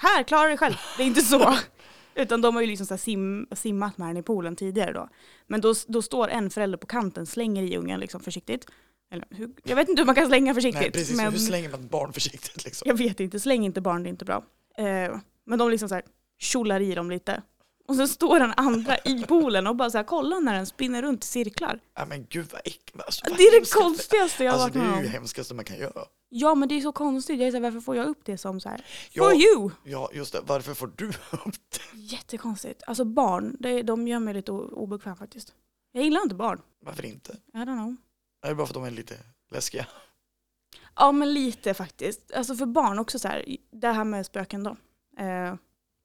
S2: Här, klara dig själv. Det är inte så.
S1: [laughs]
S2: Utan de har ju liksom så här sim, simmat med den i poolen tidigare då. Men då, då står en förälder på kanten, slänger i ungen liksom försiktigt. Eller, hur, jag vet inte hur man kan slänga försiktigt.
S1: Nej, precis.
S2: men...
S1: Hur slänger man ett barn försiktigt liksom?
S2: Jag vet inte, släng inte barn, det är inte bra. Eh, men de liksom så här tjolar i dem lite. Och sen står den andra i poolen och bara så här, kolla när den spinner runt i cirklar.
S1: Ja men gud vad äckligt. Alltså, vad
S2: Det är det
S1: hemskt.
S2: konstigaste jag har
S1: Alltså
S2: varit med
S1: det är ju det
S2: om.
S1: hemskaste man kan göra.
S2: Ja men det är så konstigt, jag är så här, varför får jag upp det som så här? For
S1: Ja.
S2: you!
S1: Ja just det, varför får du [laughs] upp det?
S2: Jättekonstigt. Alltså barn, det, de gör mig lite o- obekväm faktiskt. Jag gillar inte barn.
S1: Varför inte?
S2: I don't know.
S1: Det är bara för att de är lite läskiga.
S2: Ja men lite faktiskt. Alltså för barn också så här, det här med spöken då. Eh,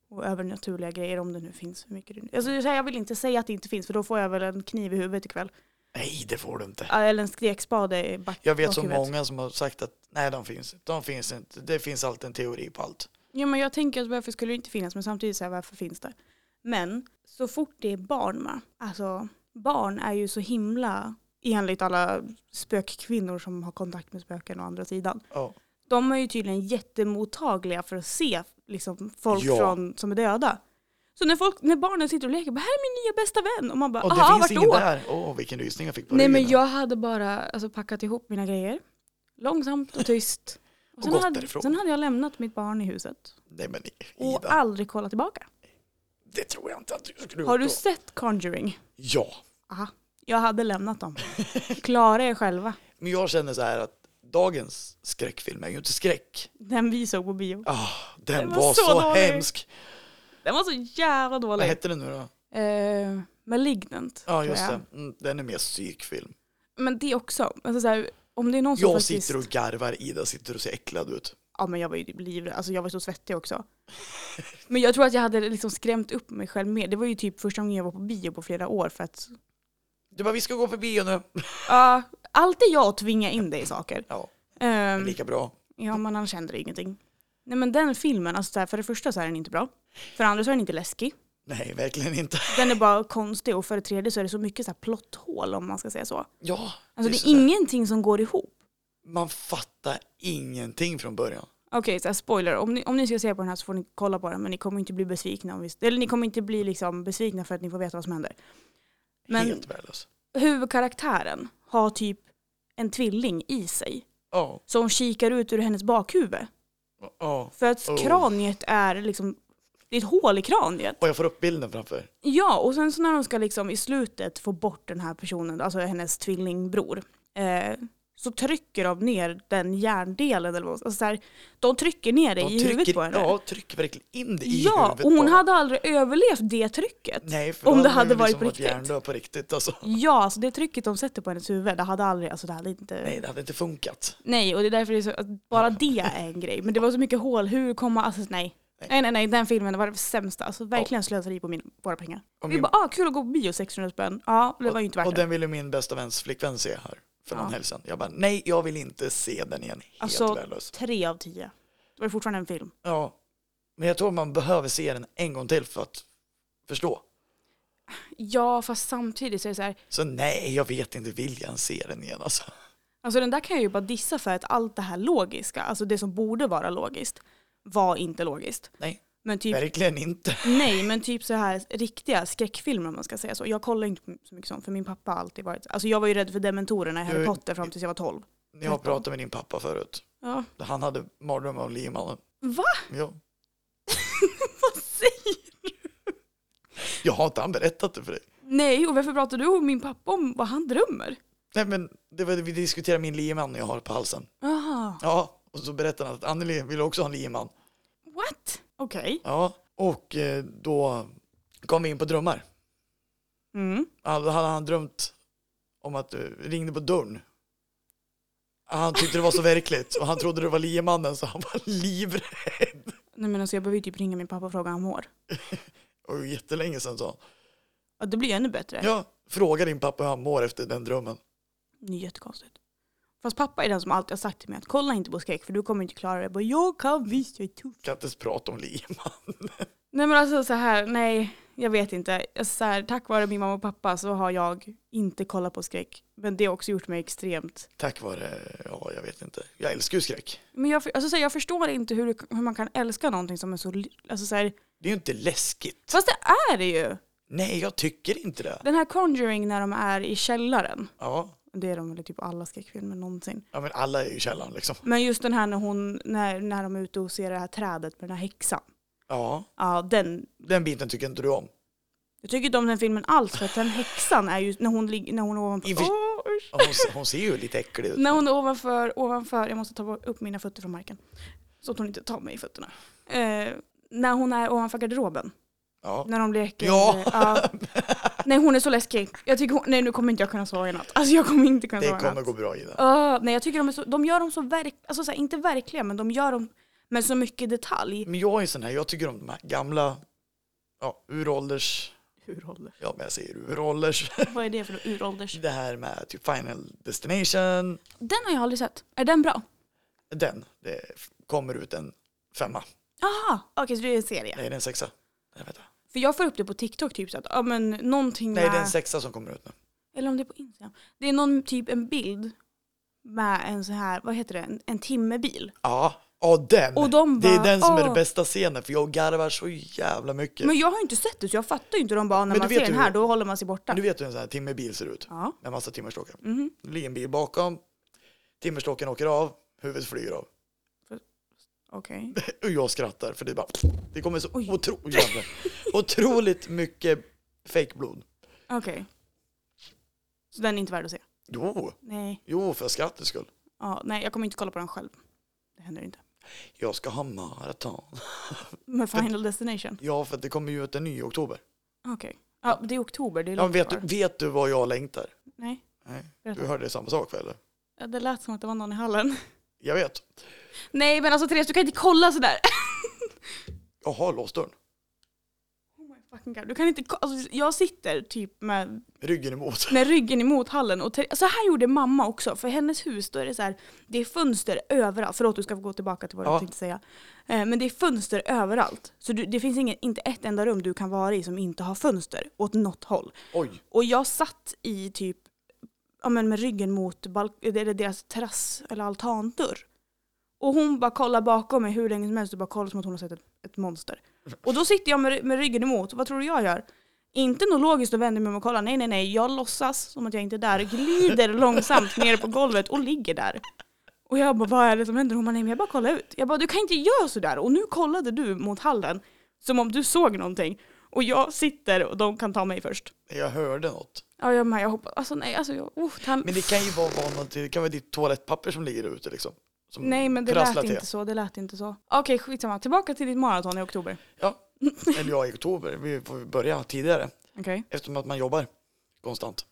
S2: och övernaturliga grejer om det nu finns. Hur mycket det, alltså det är så här, jag vill inte säga att det inte finns för då får jag väl en kniv i huvudet ikväll.
S1: Nej det får du inte.
S2: Ja, Eller en stekspade i back.
S1: Jag vet så
S2: bakhuvudet.
S1: många som har sagt att nej de finns inte, de finns inte, det finns alltid en teori på allt.
S2: Ja men jag tänker att varför skulle det inte finnas men samtidigt så här, varför finns det? Men så fort det är barn med, alltså barn är ju så himla enligt alla spökkvinnor som har kontakt med spöken å andra sidan.
S1: Ja.
S2: De är ju tydligen jättemottagliga för att se liksom, folk
S1: Ja.
S2: från, som är döda. Så när, folk, när barnen sitter och leker, bara, här är min nya bästa vän. Och man bara,
S1: Och det
S2: aha,
S1: finns
S2: vart
S1: ingen
S2: då?
S1: där. Åh, vilken rysning jag fick på
S2: Nej
S1: ryggen
S2: men
S1: där.
S2: jag hade bara alltså, packat ihop mina grejer. Långsamt och tyst.
S1: Och gått
S2: hade,
S1: därifrån.
S2: sen hade jag lämnat mitt barn i huset.
S1: Nej men
S2: Och
S1: Ida,
S2: aldrig kollat tillbaka.
S1: det tror jag inte att du skulle
S2: ah. Har
S1: gjort
S2: du
S1: då.
S2: sett Conjuring?
S1: Ja,
S2: Aha. Jag hade lämnat dem. Klara er själva.
S1: men jag känner så här att dagens skräckfilm är ju inte skräck.
S2: Den vi såg på bio.
S1: Ah, den,
S2: Den
S1: var,
S2: var så
S1: så,
S2: dålig.
S1: hemsk.
S2: Den var så jävla
S1: Vad
S2: dålig.
S1: hette den nu då?
S2: Eh, malignant.
S1: Ja
S2: tror
S1: just
S2: jag.
S1: det, mm, den är mer psykfilm.
S2: Men det också. Alltså, så här, om det är någon som
S1: Jag
S2: faktiskt...
S1: sitter och garvar, Ida sitter och ser äcklad ut.
S2: Ja men jag var ju typ livrädd, alltså jag var så svettig också. Men jag tror att jag hade liksom skrämt upp mig själv mer. Det var ju typ första gången jag var på bio på flera år för att
S1: Du bara, vi ska gå på bio nu.
S2: ja, allt är jag att tvinga in dig i saker.
S1: Ja,
S2: Ehm,
S1: lika bra.
S2: ja men han kände ingenting. Nej men den filmen, alltså så här, för det första så är den inte bra. För det andra så är den inte läskig.
S1: Nej, verkligen inte.
S2: Den är bara konstig och för det tredje så är det så mycket så här plotthål om man ska säga så.
S1: Ja,
S2: Alltså det
S1: så
S2: är
S1: där.
S2: ingenting som går ihop.
S1: man fattar ingenting från början.
S2: Okej, så här, spoiler. Om ni, om ni ska se på den här så får ni kolla på den, men ni kommer inte bli besvikna. Om vi, eller ni kommer inte bli liksom besvikna för att ni får veta vad som händer. Men
S1: Helt värdelös.
S2: huvudkaraktären har typ en tvilling i sig
S1: Ja,
S2: som kikar ut ur hennes bakhuvud.
S1: ja.
S2: För att
S1: Oh.
S2: kraniet är liksom, det är ett hål i kraniet.
S1: Och jag får upp bilden framför.
S2: Ja, och sen så när de ska liksom i slutet få bort den här personen, alltså hennes tvillingbror, eh, så trycker de ner den hjärndelen eller vad alltså så här, De trycker ner det
S1: De
S2: i huvudet på henne.
S1: Ja, trycker verkligen in det i
S2: Ja,
S1: huvudet
S2: och hon
S1: på
S2: hade aldrig överlevt det trycket.
S1: Nej, för
S2: Om
S1: då
S2: det
S1: hade
S2: hade
S1: hon
S2: varit
S1: liksom
S2: på
S1: varit
S2: riktigt.
S1: hjärndöd på riktigt alltså.
S2: Ja, alltså det trycket de sätter på hennes huvud, det hade aldrig, alltså det hade inte... Nej,
S1: Nej, det hade inte funkat.
S2: och det är därför det är så, att bara det är en grej. Men det var så mycket hål, hur kommer, alltså nej.
S1: Nej.
S2: Nej, nej, nej, den filmen var det sämsta. Alltså verkligen slöseri på min, våra pengar.
S1: Och
S2: Vi
S1: min-
S2: bara, ah kul att gå på bio, 600 spänn. Ja, det var ju inte värt
S1: Och
S2: det.
S1: den ville min bästa väns flickvän se här för någon
S2: Ja.
S1: helg sedan. Jag bara, nej, jag vill inte se den igen. Helt
S2: Alltså-
S1: värdelös.
S2: Tre av tio. Det var ju fortfarande en film.
S1: Ja, men jag tror man behöver se den en gång till för att förstå.
S2: Ja, fast samtidigt så är det så här,
S1: Så nej, jag vet inte, vill jag ens se den igen alltså?
S2: Alltså den där kan jag ju bara dissa för att allt det här logiska, alltså det som borde vara logiskt, var inte logiskt.
S1: Nej.
S2: Men typ,
S1: Verkligen inte.
S2: nej, men typ så här riktiga skräckfilmer om man ska säga så. Jag kollar inte så mycket sånt för min pappa har alltid varit, alltså jag var ju rädd för dementorerna i Harry
S1: Du-
S2: Potter fram tills jag var 12.
S1: Jag har pratat med din pappa förut.
S2: Ja.
S1: Han hade mardrömmar om liemannen.
S2: Va? [laughs]
S1: Ja.
S2: Vad säger
S1: Jag har inte han berättat det för dig?
S2: Nej, och varför pratar du och min pappa om vad han drömmer?
S1: Nej men det var det vi diskuterade min lieman jag har på halsen.
S2: Aha.
S1: Ja, och så berättade han att Anneli vill också ha en lieman.
S2: What? Okej.
S1: Ja, och eh, då kom vi in på drömmar.
S2: Mm.
S1: Han- Då hade han drömt om att du ringde på dörren. Han tyckte det var så verkligt och han trodde det var liemannen så han var livrädd.
S2: Nej men alltså jag behöver ju typ ringa min pappa och fråga hur han mår.
S1: Och jättelänge sedan sa han.
S2: Ja, det blir ju ännu bättre.
S1: Ja, fråga din pappa hur han mår efter den drömmen.
S2: Det är jättekonstigt. Fast pappa är den som alltid har sagt till mig att kolla inte på skräck för du kommer inte klara det. Jag bara, jag kan visst, jag är tuff.
S1: Kan inte ens prata om lieman.
S2: Nej men alltså så här, nej jag vet inte. Alltså, så här, tack vare min mamma och pappa så har jag inte kollat på skräck. Men det har också gjort mig extremt.
S1: Tack vare, ja jag vet inte. Jag älskar ju skräck.
S2: Men jag, alltså, så här, jag förstår inte hur, du- hur man kan älska någonting som är så... li- Alltså, så här,
S1: Det är ju inte läskigt.
S2: fast det är det ju!
S1: Nej, jag tycker inte det.
S2: Den här Conjuring när de är i källaren.
S1: Ja,
S2: Det är de väl i typ alla skräckfilmer någonsin.
S1: ja men alla är ju i källaren liksom.
S2: Men just den här när, hon, när, när de är ute och ser det här trädet med den här häxan.
S1: Ja,
S2: Ja, den,
S1: den biten tycker inte du om.
S2: Jag tycker inte om den filmen alls för att den häxan är ju när hon, ligger- när hon är ovanför...
S1: I och för-
S2: Åh, usch.
S1: Ja, Hon, se- hon ser ju lite äcklig ut.
S2: när hon är ovanför, ovanför, jag måste ta bort- upp mina fötter från marken. Så att hon inte tar mig i fötterna. Eh, när hon är ovanför garderoben.
S1: Ja.
S2: När de leker.
S1: Ja.
S2: eh, ja. nej hon är så läskig. Jag tycker hon, nej nu kommer inte jag kunna sova i natt. Alltså jag kommer inte kunna
S1: Det
S2: sova i
S1: kommer
S2: natt.
S1: gå bra Ida.
S2: Ah, nej jag tycker de, är så, de gör dem så verk, alltså så här, inte verkliga men de gör dem med så mycket detalj.
S1: Men jag är sån här, jag tycker om de här gamla, ja, urålders,
S2: Urålders.
S1: ja men jag säger urålders, [laughs]
S2: Vad är det för urålders?
S1: det här med typ Final Destination,
S2: Den har jag aldrig sett. Är den bra?
S1: den, det f- kommer ut en femma,
S2: Aha, okej så det är en serie.
S1: nej det är en sexa. Jag vet inte.
S2: För jag får upp det på TikTok typ så att, ja men någonting
S1: Nej det är en
S2: med...
S1: sexa som kommer ut nu.
S2: Eller om det är på Instagram. Det är någon typ en bild med en så här, vad heter det, en, en timmerbil.
S1: Ja, ja den.
S2: Och de
S1: det är
S2: bara,
S1: den som är
S2: "Åh."
S1: den bästa scenen för jag garvar så jävla mycket.
S2: Men jag har ju inte sett det så jag fattar ju inte de bara när
S1: Men du
S2: man
S1: vet
S2: ser den
S1: hur-
S2: här då håller man sig borta.
S1: Du vet hur en sån här timmerbil ser ut
S2: Ja.
S1: med massa timmerstockar.
S2: Mhm.
S1: Det ligger en bil bakom, timmerstocken åker av, huvudet flyger av.
S2: Okej.
S1: [laughs] Och jag skrattar för det är bara, det kommer så
S2: Oj.
S1: otro, jävlar, otroligt mycket fejkblod.
S2: Okej. Så den är inte värd att se?
S1: Jo,
S2: Nej.
S1: jo för skrattets skull.
S2: Ja, nej, jag kommer inte kolla på den själv. Det händer inte.
S1: Jag ska ha maraton.
S2: Men Final Destination?
S1: Ja, för att det kommer ju ut en ny i oktober.
S2: Okej. Ja, det är oktober, det är
S1: Ja,
S2: långt
S1: vet,
S2: kvar.
S1: du, vet du vad jag längtar?
S2: Nej.
S1: Nej.
S2: Berätta.
S1: Du hörde samma sak väl? eller?
S2: Ja, Det lät som att det var någon i hallen. [laughs]
S1: Jag vet.
S2: Nej men alltså Therese, du kan inte kolla sådär.
S1: Jag har låst dörren.
S2: Oh my fucking god. Du kan inte ko- alltså, jag sitter typ med,
S1: Ryggen emot.
S2: med ryggen emot hallen och Ther- så här gjorde mamma också. För hennes hus då är det så här, det är fönster överallt. Förlåt du ska få gå tillbaka till vad
S1: Ja.
S2: du tänkte säga. Eh, men det är fönster överallt. Så du, det finns ingen, inte ett enda rum du kan vara i som inte har fönster åt något håll.
S1: [laughs] Oj.
S2: Och jag satt i typ, ja men med ryggen mot balk- eller deras terrass eller altandörr. Och hon bara kollar bakom mig hur länge som helst och bara kollar som att hon har sett ett, ett monster. Och då sitter jag med, med ryggen emot, vad tror du jag gör? Inte något logiskt och vänder mig om och kollar, nej nej nej, jag låtsas som att jag inte är där, glider långsamt ner på golvet och ligger där. Och jag bara, vad är det som händer? Hon bara, nej men jag bara kollar ut. Jag bara, du kan inte göra sådär. Och nu kollade du mot hallen som om du såg någonting. Och jag sitter och de kan ta mig först.
S1: Jag hörde något.
S2: Ja, jag med. Jag hoppas. Alltså nej, alltså jag... Oh, tan-
S1: Men det kan ju vara, vara något, det kan vara ditt toalettpapper som ligger ute liksom. Som
S2: Nej, men det
S1: trasslar
S2: lät
S1: till.
S2: inte så. Det lät inte så. Okej, skitsamma. Tillbaka till ditt maraton i oktober. [laughs]
S1: Ja. Eller jag i oktober. Vi får börja tidigare.
S2: Okej.
S1: Eftersom att man jobbar konstant.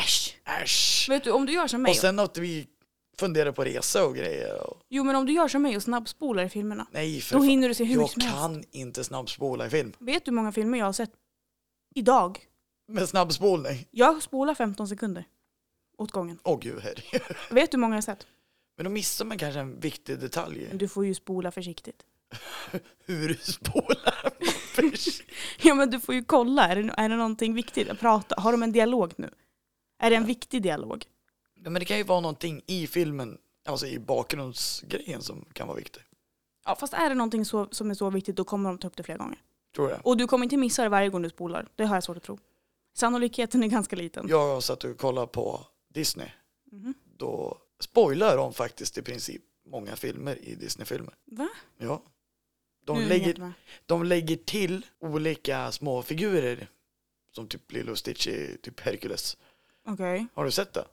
S2: Äsch!
S1: Äsch.
S2: Vet du, om du gör som mig.
S1: Och sen att vi funderar på resa och grejer. Och...
S2: Jo, men om du gör som mig och snabbspolar i filmerna.
S1: Nej, för
S2: Då
S1: fan.
S2: hinner du se hur
S1: Jag
S2: mycket som helst.
S1: kan inte snabbspola i film.
S2: Vet du hur många filmer jag har sett idag?
S1: Med snabbspolning.
S2: Jag spolar 15 sekunder åt gången.
S1: Åh gud, herregud.
S2: Vet du hur många jag har sett?
S1: [laughs] Men då missar man kanske en viktig detalj.
S2: Men Du får ju spola försiktigt. [laughs]
S1: Hur du spolar man först.
S2: Ja, men du får ju kolla. Är det, är det någonting viktigt att prata? Har de en dialog nu? Är det en viktig dialog?
S1: Ja, Men det kan ju vara någonting i filmen, alltså i bakgrundsgrejen som kan vara viktig.
S2: Ja, fast är det någonting så, som är så viktigt då kommer de ta upp det flera gånger.
S1: Tror jag.
S2: Och du kommer inte missa det varje gång du spolar. Det har jag svårt att tro. Sannolikheten är ganska liten.
S1: Jag satt och kollade på Disney.
S2: Mhm.
S1: Då spoilar de faktiskt i princip många filmer i Disney-filmer.
S2: Va?
S1: Ja. De
S2: Nu är
S1: lägger,
S2: helt med.
S1: de lägger till olika små figurer. Som typ Lilo och Stitch i typ Hercules.
S2: Okej.
S1: Har du sett det?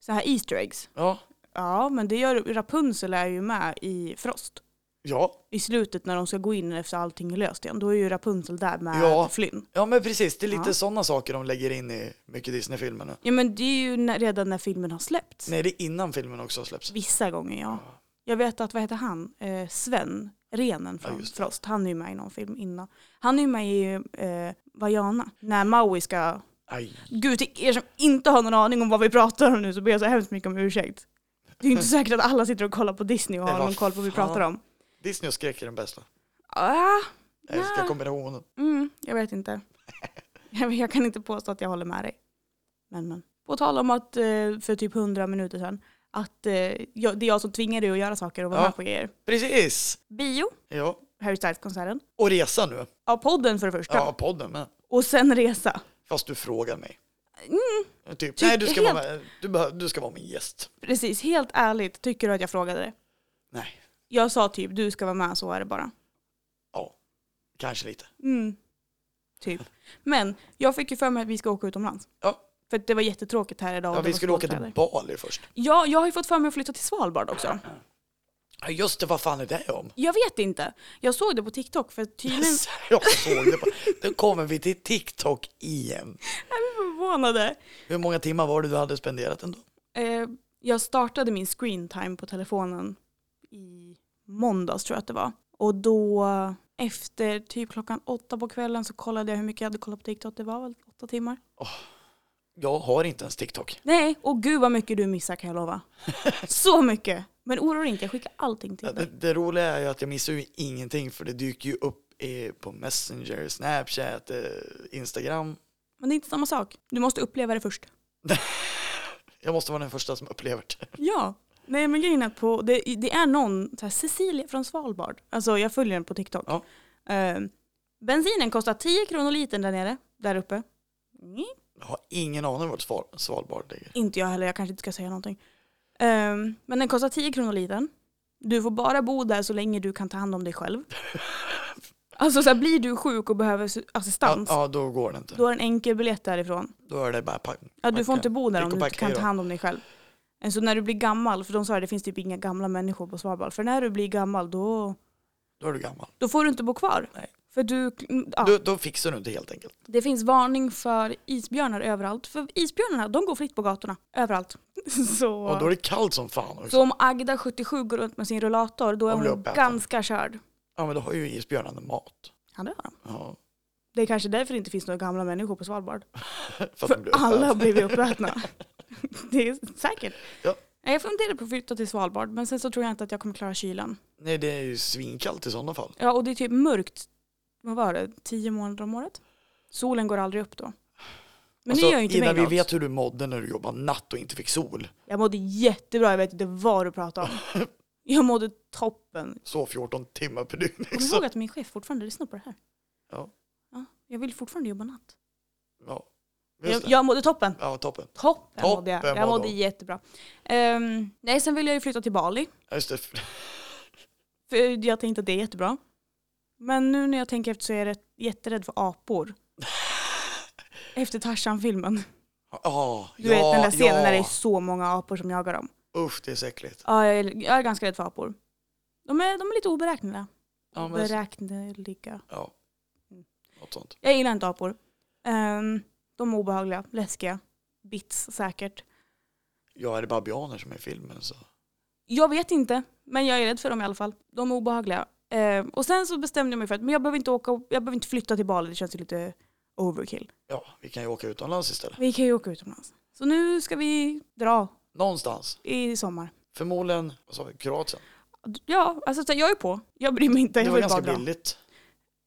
S2: Så här Easter eggs.
S1: Ja.
S2: Ja, men det gör Rapunzel är ju med i Frost.
S1: Ja.
S2: I slutet när de ska gå in efter allting är löst igen. Då är ju Rapunzel där med
S1: Ja.
S2: Flynn.
S1: Ja men precis, det är lite
S2: Ja.
S1: sådana saker de lägger in i mycket Disney-filmer nu.
S2: Ja, men det är ju när, redan när filmen har släppts.
S1: Nej, det är innan filmen också släpps.
S2: Vissa gånger, ja. Jag vet att, vad heter han? Eh, Sven, renen
S1: Ja,
S2: från
S1: just det.
S2: Frost. Han är ju med i någon film innan. Han är ju med i eh, Vajana. När Maui ska
S1: Aj.
S2: Gud, till er som inte har någon aning om vad vi pratar om nu så ber jag så hemskt mycket om ursäkt. Det är
S1: [laughs]
S2: ju inte säkert att alla sitter och kollar på Disney och
S1: Nej,
S2: har
S1: vad
S2: någon koll på vad vi
S1: fan.
S2: pratar om.
S1: Disney och skräck är den bästa.
S2: Ah,
S1: Jag älskar
S2: Ja.
S1: kombinationen.
S2: mm, jag vet
S1: [laughs]
S2: inte. Jag, jag kan inte påstå att jag håller med dig. Men, men. På tal om att eh, för typ hundra minuter sedan, att eh, jag, det är jag som tvingar dig att göra saker och vara
S1: Ja.
S2: med på grejer.
S1: Precis!
S2: Bio,
S1: Ja.
S2: Harry Styles-konserten.
S1: Och resa nu.
S2: Ja, podden för det första.
S1: Ja, podden med.
S2: Och sen resa.
S1: Fast du frågar mig.
S2: Mm,
S1: Typ,
S2: Ty-
S1: nej du ska,
S2: helt-
S1: vara, med- du, behö- du ska vara min gäst.
S2: precis, helt ärligt, tycker du att jag frågade det?
S1: Nej,
S2: Jag sa typ, du ska vara med, så är det bara.
S1: kanske lite.
S2: Mm. Typ. Men jag fick ju för mig att vi ska åka utomlands.
S1: Ja.
S2: För att det var jättetråkigt här idag. och
S1: Ja,
S2: det
S1: vi
S2: var
S1: skulle åka till
S2: stormväder.
S1: Bali först.
S2: Ja, jag har ju fått för mig att flytta till Svalbard också.
S1: Ja, just det, vad fan är det om?
S2: Jag vet inte. Jag såg det på TikTok för
S1: [laughs]
S2: tydligen [laughs]
S1: Jag såg det på. Nu kommer vi till TikTok igen.
S2: förvånade.
S1: Hur många timmar var det du hade spenderat ändå?
S2: Eh, jag startade min screen time på telefonen i måndags tror jag att det var. Och då efter typ klockan åtta på kvällen så kollade jag hur mycket jag hade kollat på TikTok. Det var väl åtta timmar.
S1: Jag har inte ens TikTok.
S2: Nej, och gud vad mycket du missar kan jag
S1: [laughs]
S2: lova. Så mycket. Men oroa dig inte, jag skickar allting till
S1: Ja,
S2: dig.
S1: Det, det roliga är ju att jag missar ju ingenting för det dyker ju upp eh, på Messenger, Snapchat, eh, Instagram.
S2: Men det är inte samma sak. Du måste uppleva det först.
S1: Jag måste vara den första som upplever det.
S2: Ja. Nej men grejen är att på, det, det är någon, så här, Cecilia från Svalbard, alltså jag följer den på TikTok.
S1: Ja.
S2: Ehm, bensinen kostar 10 kronor litern där nere, där uppe. Mm.
S1: Jag har ingen aning vart Sval- Svalbard ligger.
S2: Inte jag heller, jag kanske inte ska säga någonting. Ehm, men den kostar 10 kronor litern. Du får bara bo där så länge du kan ta hand om dig
S1: [laughs]
S2: själv. Alltså så här, blir du sjuk och behöver su-
S1: Ja,
S2: assistans,
S1: ja, då går det inte.
S2: då är det en enkel biljett därifrån.
S1: Då är det bara pang.
S2: Ja, du får
S1: Okej.
S2: inte bo där
S1: Pick
S2: om
S1: och
S2: du inte
S1: packa,
S2: kan ta
S1: då.
S2: hand om dig själv. Eh, Så när du blir gammal, för de sa att det finns typ inga gamla människor på Svalbard, för när du blir gammal då,
S1: Då är du gammal.
S2: då får du inte bo kvar.
S1: Nej.
S2: För du, mm, ja,
S1: Du, då fixar du inte helt enkelt.
S2: Det finns varning för isbjörnar överallt, för isbjörnarna de går fritt på gatorna, överallt. [laughs] Så,
S1: Och då är det kallt som fan också.
S2: så om Agda, 77, går runt med sin rullator, då är
S1: Hon blir
S2: hon
S1: uppäten.
S2: ganska körd.
S1: Ja men då har ju isbjörnarna mat.
S2: Ja, det har de.
S1: Ja,
S2: Det är kanske därför det inte finns några gamla människor på Svalbard.
S1: för att de
S2: För
S1: blir
S2: alla har
S1: uppätna.
S2: blivit uppätna. [laughs] det är säkert.
S1: Ja.
S2: Jag funderar på att flytta till Svalbard, men sen så tror jag inte att jag kommer klara kylan.
S1: Nej det är ju svinkallt i sådana fall.
S2: Ja, och det är typ mörkt, vad var det, tio månader om året? Solen går aldrig upp då. Men det gör ju inte mig
S1: Alltså, innan vi
S2: något.
S1: vet hur du mådde när du jobbade natt och inte fick sol.
S2: Jag mådde jättebra, jag vet inte vad du pratar om.
S1: [laughs]
S2: Jag mådde toppen.
S1: Så 14 timmar per dygn.
S2: Kommer du
S1: liksom.
S2: ihåg att min chef fortfarande lyssnar på det här?
S1: Ja.
S2: ja jag vill fortfarande jobba natt.
S1: Ja, just
S2: Jag,
S1: det.
S2: jag mådde toppen.
S1: ja toppen.
S2: Toppen mådde jag.
S1: Toppen
S2: Jag
S1: mådde
S2: mådde
S1: hon.
S2: jättebra. Ehm, nej, sen vill jag ju flytta till Bali.
S1: Ja, Just det.
S2: För jag tänkte att det är jättebra. Men nu när jag tänker efter så är jag rätt- jätterädd för
S1: [sighs]
S2: apor. Efter Tarzan-filmen.
S1: Ja,
S2: Du vet den där scenen
S1: ja.
S2: när det är så många apor som jagar dem.
S1: Usch, det är så äckligt.
S2: Ja, jag är, jag är ganska rädd för apor. De är, de är lite oberäkneliga.
S1: Ja, men,
S2: Beräkneliga.
S1: ja. Något sånt.
S2: Jag gillar inte apor. Ehm, de är obehagliga, läskiga, bits säkert.
S1: Ja, är det babianer som är i filmen så.
S2: Jag vet inte, men jag är rädd för dem i alla fall. De är obehagliga. Ehm, och sen så bestämde jag mig för att men jag behöver inte åka, jag behöver inte flytta till Bali, det känns ju lite overkill.
S1: Ja, vi kan ju åka utomlands istället.
S2: Vi kan ju åka utomlands. Så nu ska vi dra
S1: Någonstans.
S2: i sommar.
S1: Förmodligen, vad sa vi, Kroatien.
S2: Ja, alltså så jag är på. Jag bryr mig inte,
S1: Det
S2: jag
S1: var
S2: vill bara
S1: ganska
S2: dra.
S1: billigt.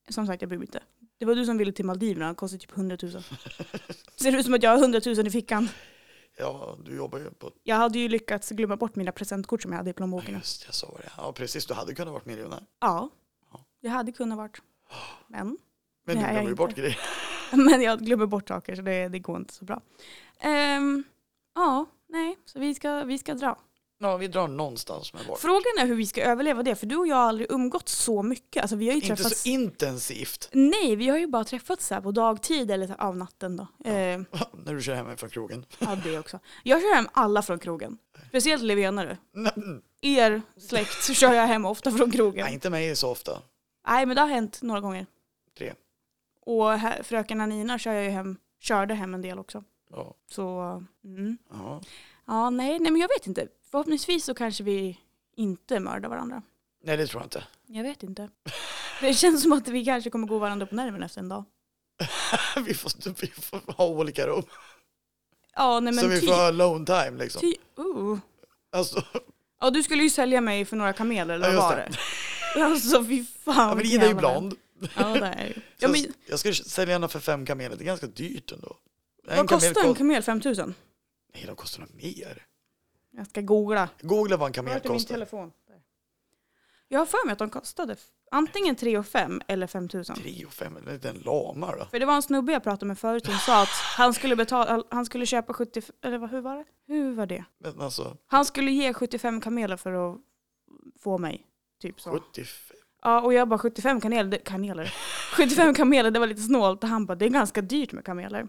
S2: Som sagt, jag bryr mig inte. Det var du som ville till Maldiverna, det kostade typ 100
S1: [laughs]
S2: 000. Ser ut som att jag har 100 000 i fickan.
S1: Ja, du jobbar ju på...
S2: Jag hade ju lyckats glömma bort mina presentkort som jag hade i plånboken.
S1: Just jag sa det. Ja, precis. Du hade kunnat varit miljonär.
S2: Ja,
S1: Ja.
S2: jag hade kunnat varit.
S1: [gasps]
S2: Men,
S1: Men
S2: Nej,
S1: du
S2: jag
S1: glömmer ju
S2: inte.
S1: bort grejer. [laughs]
S2: men jag glömmer bort saker så det, det går inte så bra. Ehm, ja, nej, så vi ska, vi ska dra.
S1: Ja, vi drar någonstans med vart.
S2: Frågan är hur vi ska överleva det, för du och jag har aldrig umgått så mycket. Alltså, vi har ju
S1: Inte
S2: träffats...
S1: så intensivt.
S2: Nej, vi har ju bara träffats så här på dagtid eller så här, av natten då. Ehm,
S1: När du kör hem från krogen.
S2: ja, det också. Jag kör hem alla från krogen. Speciellt levenare. Mm.
S1: Nej,
S2: Er släkt så kör jag hem ofta från krogen.
S1: Nej,
S2: Nej,
S1: inte mig så ofta.
S2: men det har hänt några gånger.
S1: Tre.
S2: Och här, fröken Anina kör jag ju hem, körde hem en del också.
S1: Ja.
S2: Så, mm.
S1: ja.
S2: Ja, nej, nej, men jag vet inte. Förhoppningsvis så kanske vi inte mördar varandra.
S1: Nej, det tror jag inte. [laughs]
S2: Jag vet inte. Det känns som att vi kanske kommer gå varandra på nerven efter en dag.
S1: vi, får, vi får ha olika rum.
S2: Ja, nej
S1: så
S2: men
S1: vi
S2: ty...
S1: får ha alone time liksom.
S2: ty oh.
S1: Alltså,
S2: Ja, du skulle ju sälja mig för några kameler, eller
S1: Ja,
S2: vad
S1: just
S2: var det? [laughs] Alltså fy fan.
S1: ja, [laughs] men
S2: vilken
S1: Ida är ju
S2: jävla vän.
S1: blond.
S2: Ja, det
S1: [laughs]
S2: är ju.
S1: Så
S2: ja,
S1: jag-
S2: men,
S1: Jag ska sälja henne för fem kameler, det är ganska dyrt ändå.
S2: Vad kostar en
S1: kost-
S2: kamel? 5000?
S1: Nej, de kostar nog mer.
S2: Jag ska googla.
S1: Googla vad en kamel
S2: Vart är min
S1: kostar.
S2: telefon? Där. Jag har för mig att de kostade f- antingen 3 och 5 eller 5000.
S1: Tre och fem, det är en lama då.
S2: För det var en snubbe jag pratade med förut som sa att han skulle, betala, han skulle köpa 70, eller vad, hur var det? Hur var det?
S1: Men alltså,
S2: Han skulle ge 75 kameler för att få mig. Typ så.
S1: 75.
S2: Ja, och jag bara 75 kaneler, det, kaneler. 75 kameler, det var lite snålt. Och han bara, det är ganska dyrt med kameler.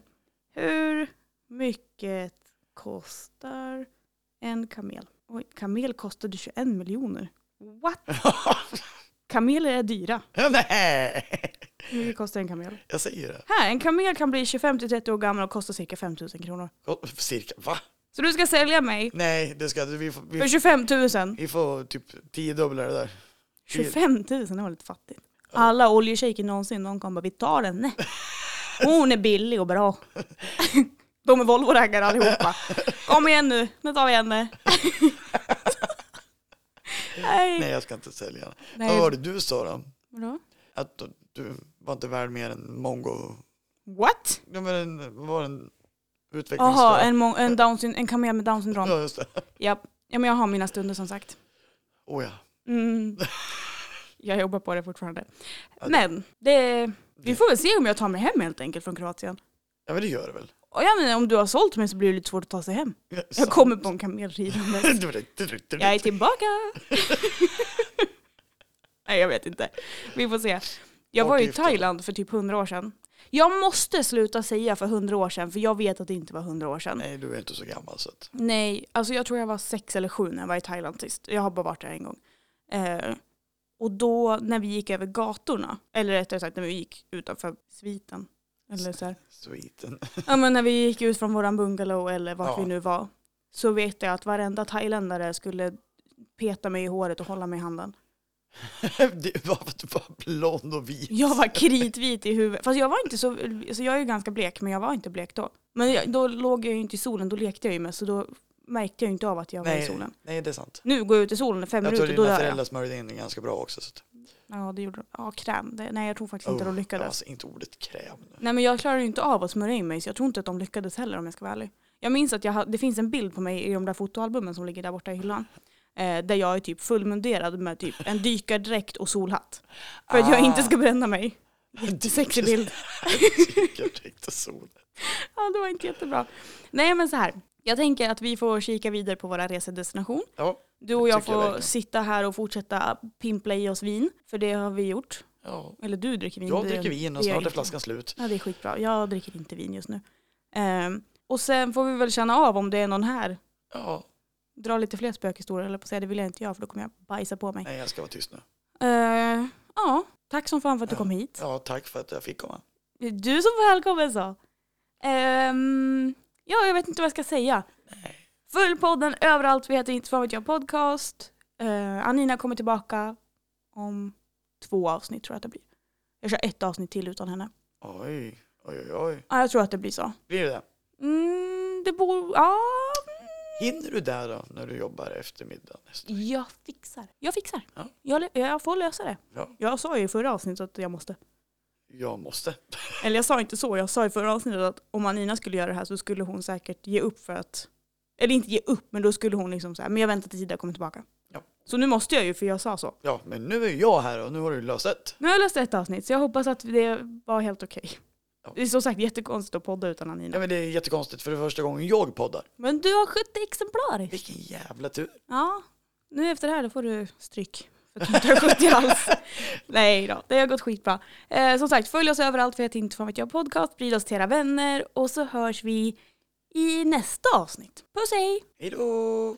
S2: Hur mycket kostar en kamel? Oj, kamel kostade 21 miljoner. What? Kameler är dyra.
S1: [laughs] Nej,
S2: Hur mycket kostar en kamel?
S1: jag säger det.
S2: Här, en kamel kan bli 25-30 år gammal och kosta cirka 5 000 kronor.
S1: Ko- Cirka, va?
S2: Så du ska sälja mig
S1: Nej, det ska vi får,
S2: för
S1: vi,
S2: 25 000?
S1: vi får typ tiodubbla det där.
S2: 25 000, det var lite fattigt. Alla oljeshejker någonsin, någon kom bara vi tar henne. Hon är billig och bra. [laughs] De är Volvo-raggare allihopa. Kom igen nu, nu tar vi henne. [laughs]
S1: Nej, [laughs]
S2: Nej.
S1: jag ska inte sälja henne. Vad var
S2: Nej.
S1: det du sa då?
S2: Vadå?
S1: Att du- du var inte värd mer än mongo...
S2: What?
S1: Ja, men en- vad var det? en Utvecklingsstörd.
S2: Jaha, en, mo- en, Down syn- en kamel med down syndrom.
S1: Ja, just det.
S2: Japp. Ja, men jag har mina stunder som sagt.
S1: Oh, ja.
S2: Mm. Jag jobbar på det fortfarande. Men det, vi får väl se om jag tar mig hem helt enkelt från Kroatien.
S1: ja, men det gör det väl.
S2: Och jag menar, om du har sålt mig så blir det lite svårt att ta sig hem.
S1: Ja,
S2: Jag
S1: sant.
S2: kommer
S1: [laughs]
S2: på en kamel ridandes. Jag är tillbaka! [laughs] Nej, jag vet inte. Vi får se. Jag var ju i
S1: Bortgifta.
S2: Thailand för typ 100 år sedan. Jag måste sluta säga för 100 år sedan, för jag vet att det inte var 100 år sedan.
S1: Nej, du är inte så gammal så att...
S2: Nej, alltså jag tror jag var sex eller sju när jag var i Thailand sist. Jag har bara varit där en gång. Eh, och då när vi gick över gatorna, eller rättare sagt när vi gick utanför sviten. Eller så här.
S1: Sviten. [laughs]
S2: Ja men när vi gick ut från våran bungalow eller vart
S1: Ja.
S2: vi nu var. Så vet jag att varenda thailändare skulle peta mig i håret och hålla mig i handen.
S1: Det var för att du var blond och vit.
S2: Jag var kritvit i huvudet. Fast jag var inte så, alltså jag är ju ganska blek men jag var inte blek då. Men jag, då låg jag ju inte i solen, då lekte jag ju med så då märkte jag ju inte av att jag var i
S1: Nej,
S2: solen.
S1: nej, det är sant.
S2: Nu går jag ut i solen i fem
S1: Jag tror
S2: minuter, då
S1: dina
S2: dör jag.
S1: föräldrar smörjde in den ganska bra också. Så att,
S2: Ja, det gjorde de. Ja, kräm. Det, nej, jag tror faktiskt inte
S1: Oh,
S2: de lyckades.
S1: alltså inte ordet kräm nu.
S2: Nej, men jag klarar ju inte av att smörja in mig, så jag tror inte att de lyckades heller om jag ska vara ärlig. Jag minns att jag, ha- det finns en bild på mig i de där fotoalbumen som ligger där borta i hyllan. Eh, där jag är typ fullmunderad med typ en dykardräkt och solhatt. För att jag
S1: Ah.
S2: inte ska bränna mig.
S1: [laughs]
S2: Jättesexig bild.
S1: Jag tänkte sol.
S2: Ja, det var inte jättebra. Nej, men så här. Jag tänker att vi får kika vidare på våra resedestination.
S1: Ja,
S2: Du och
S1: Det
S2: jag
S1: tycker
S2: får
S1: jag verkligen.
S2: sitta här och fortsätta pimpla i oss vin. För det har vi gjort.
S1: ja.
S2: Eller du dricker vin.
S1: Jag
S2: det-
S1: dricker vin och
S2: det gör
S1: snart är
S2: inte.
S1: flaskan slut.
S2: Ja, det är skitbra. Jag dricker inte vin just nu. Ehm, och sen får vi väl känna av om det är någon här.
S1: Ja,
S2: Dra lite fler spökhistorier, eller på att säga. Det vill jag inte göra, för då kommer jag bajsa på mig.
S1: nej jag ska vara tyst nu.
S2: Ehm, ja, tack som fan för att du
S1: Ja.
S2: kom hit.
S1: Ja, tack för att jag fick komma.
S2: Du som var välkommen sa. Ehm, ja, jag vet inte vad jag ska säga. Följ podden överallt. Vi heter Inte fan vet jag podcast. Ehm, Anina kommer tillbaka om två avsnitt tror jag att det blir. Jag kör ett avsnitt till utan henne.
S1: Oj, oj, oj, oj.
S2: Ja, jag tror att det blir så.
S1: Blir det det?
S2: Mm, det bor... Ja. mm.
S1: Hinner du där då när du jobbar eftermiddag? nästa-
S2: Jag fixar. Jag fixar.
S1: Ja.
S2: Jag, lö- jag får lösa det.
S1: Ja.
S2: Jag sa ju i förra avsnittet att jag måste.
S1: Jag måste.
S2: Eller jag sa inte så. Jag sa i förra avsnittet att om Anina skulle göra det här så skulle hon säkert ge upp för att... Eller inte ge upp, men då skulle hon liksom säga men jag väntar tills Ida kommer tillbaka.
S1: Ja.
S2: Så nu måste jag ju för jag sa så.
S1: Ja, men nu är jag här och nu har du löst det.
S2: Nu har jag löst ett avsnitt så jag hoppas att det var helt okej.
S1: Ja.
S2: Det är som sagt jättekonstigt att podda utan Anina.
S1: Ja, men det är jättekonstigt för det är första gången jag poddar.
S2: Men du har 70 exemplar.
S1: Vilken jävla tur.
S2: Ja, nu efter det här då får du stryk. För att du inte har gått i alls. Nej då, det har gått skitbra. Eh, som sagt, följ oss överallt för jag inte fan vet jag podcast. Sprid oss till era vänner och så hörs vi i nästa avsnitt. Puss hej!
S1: Hej då!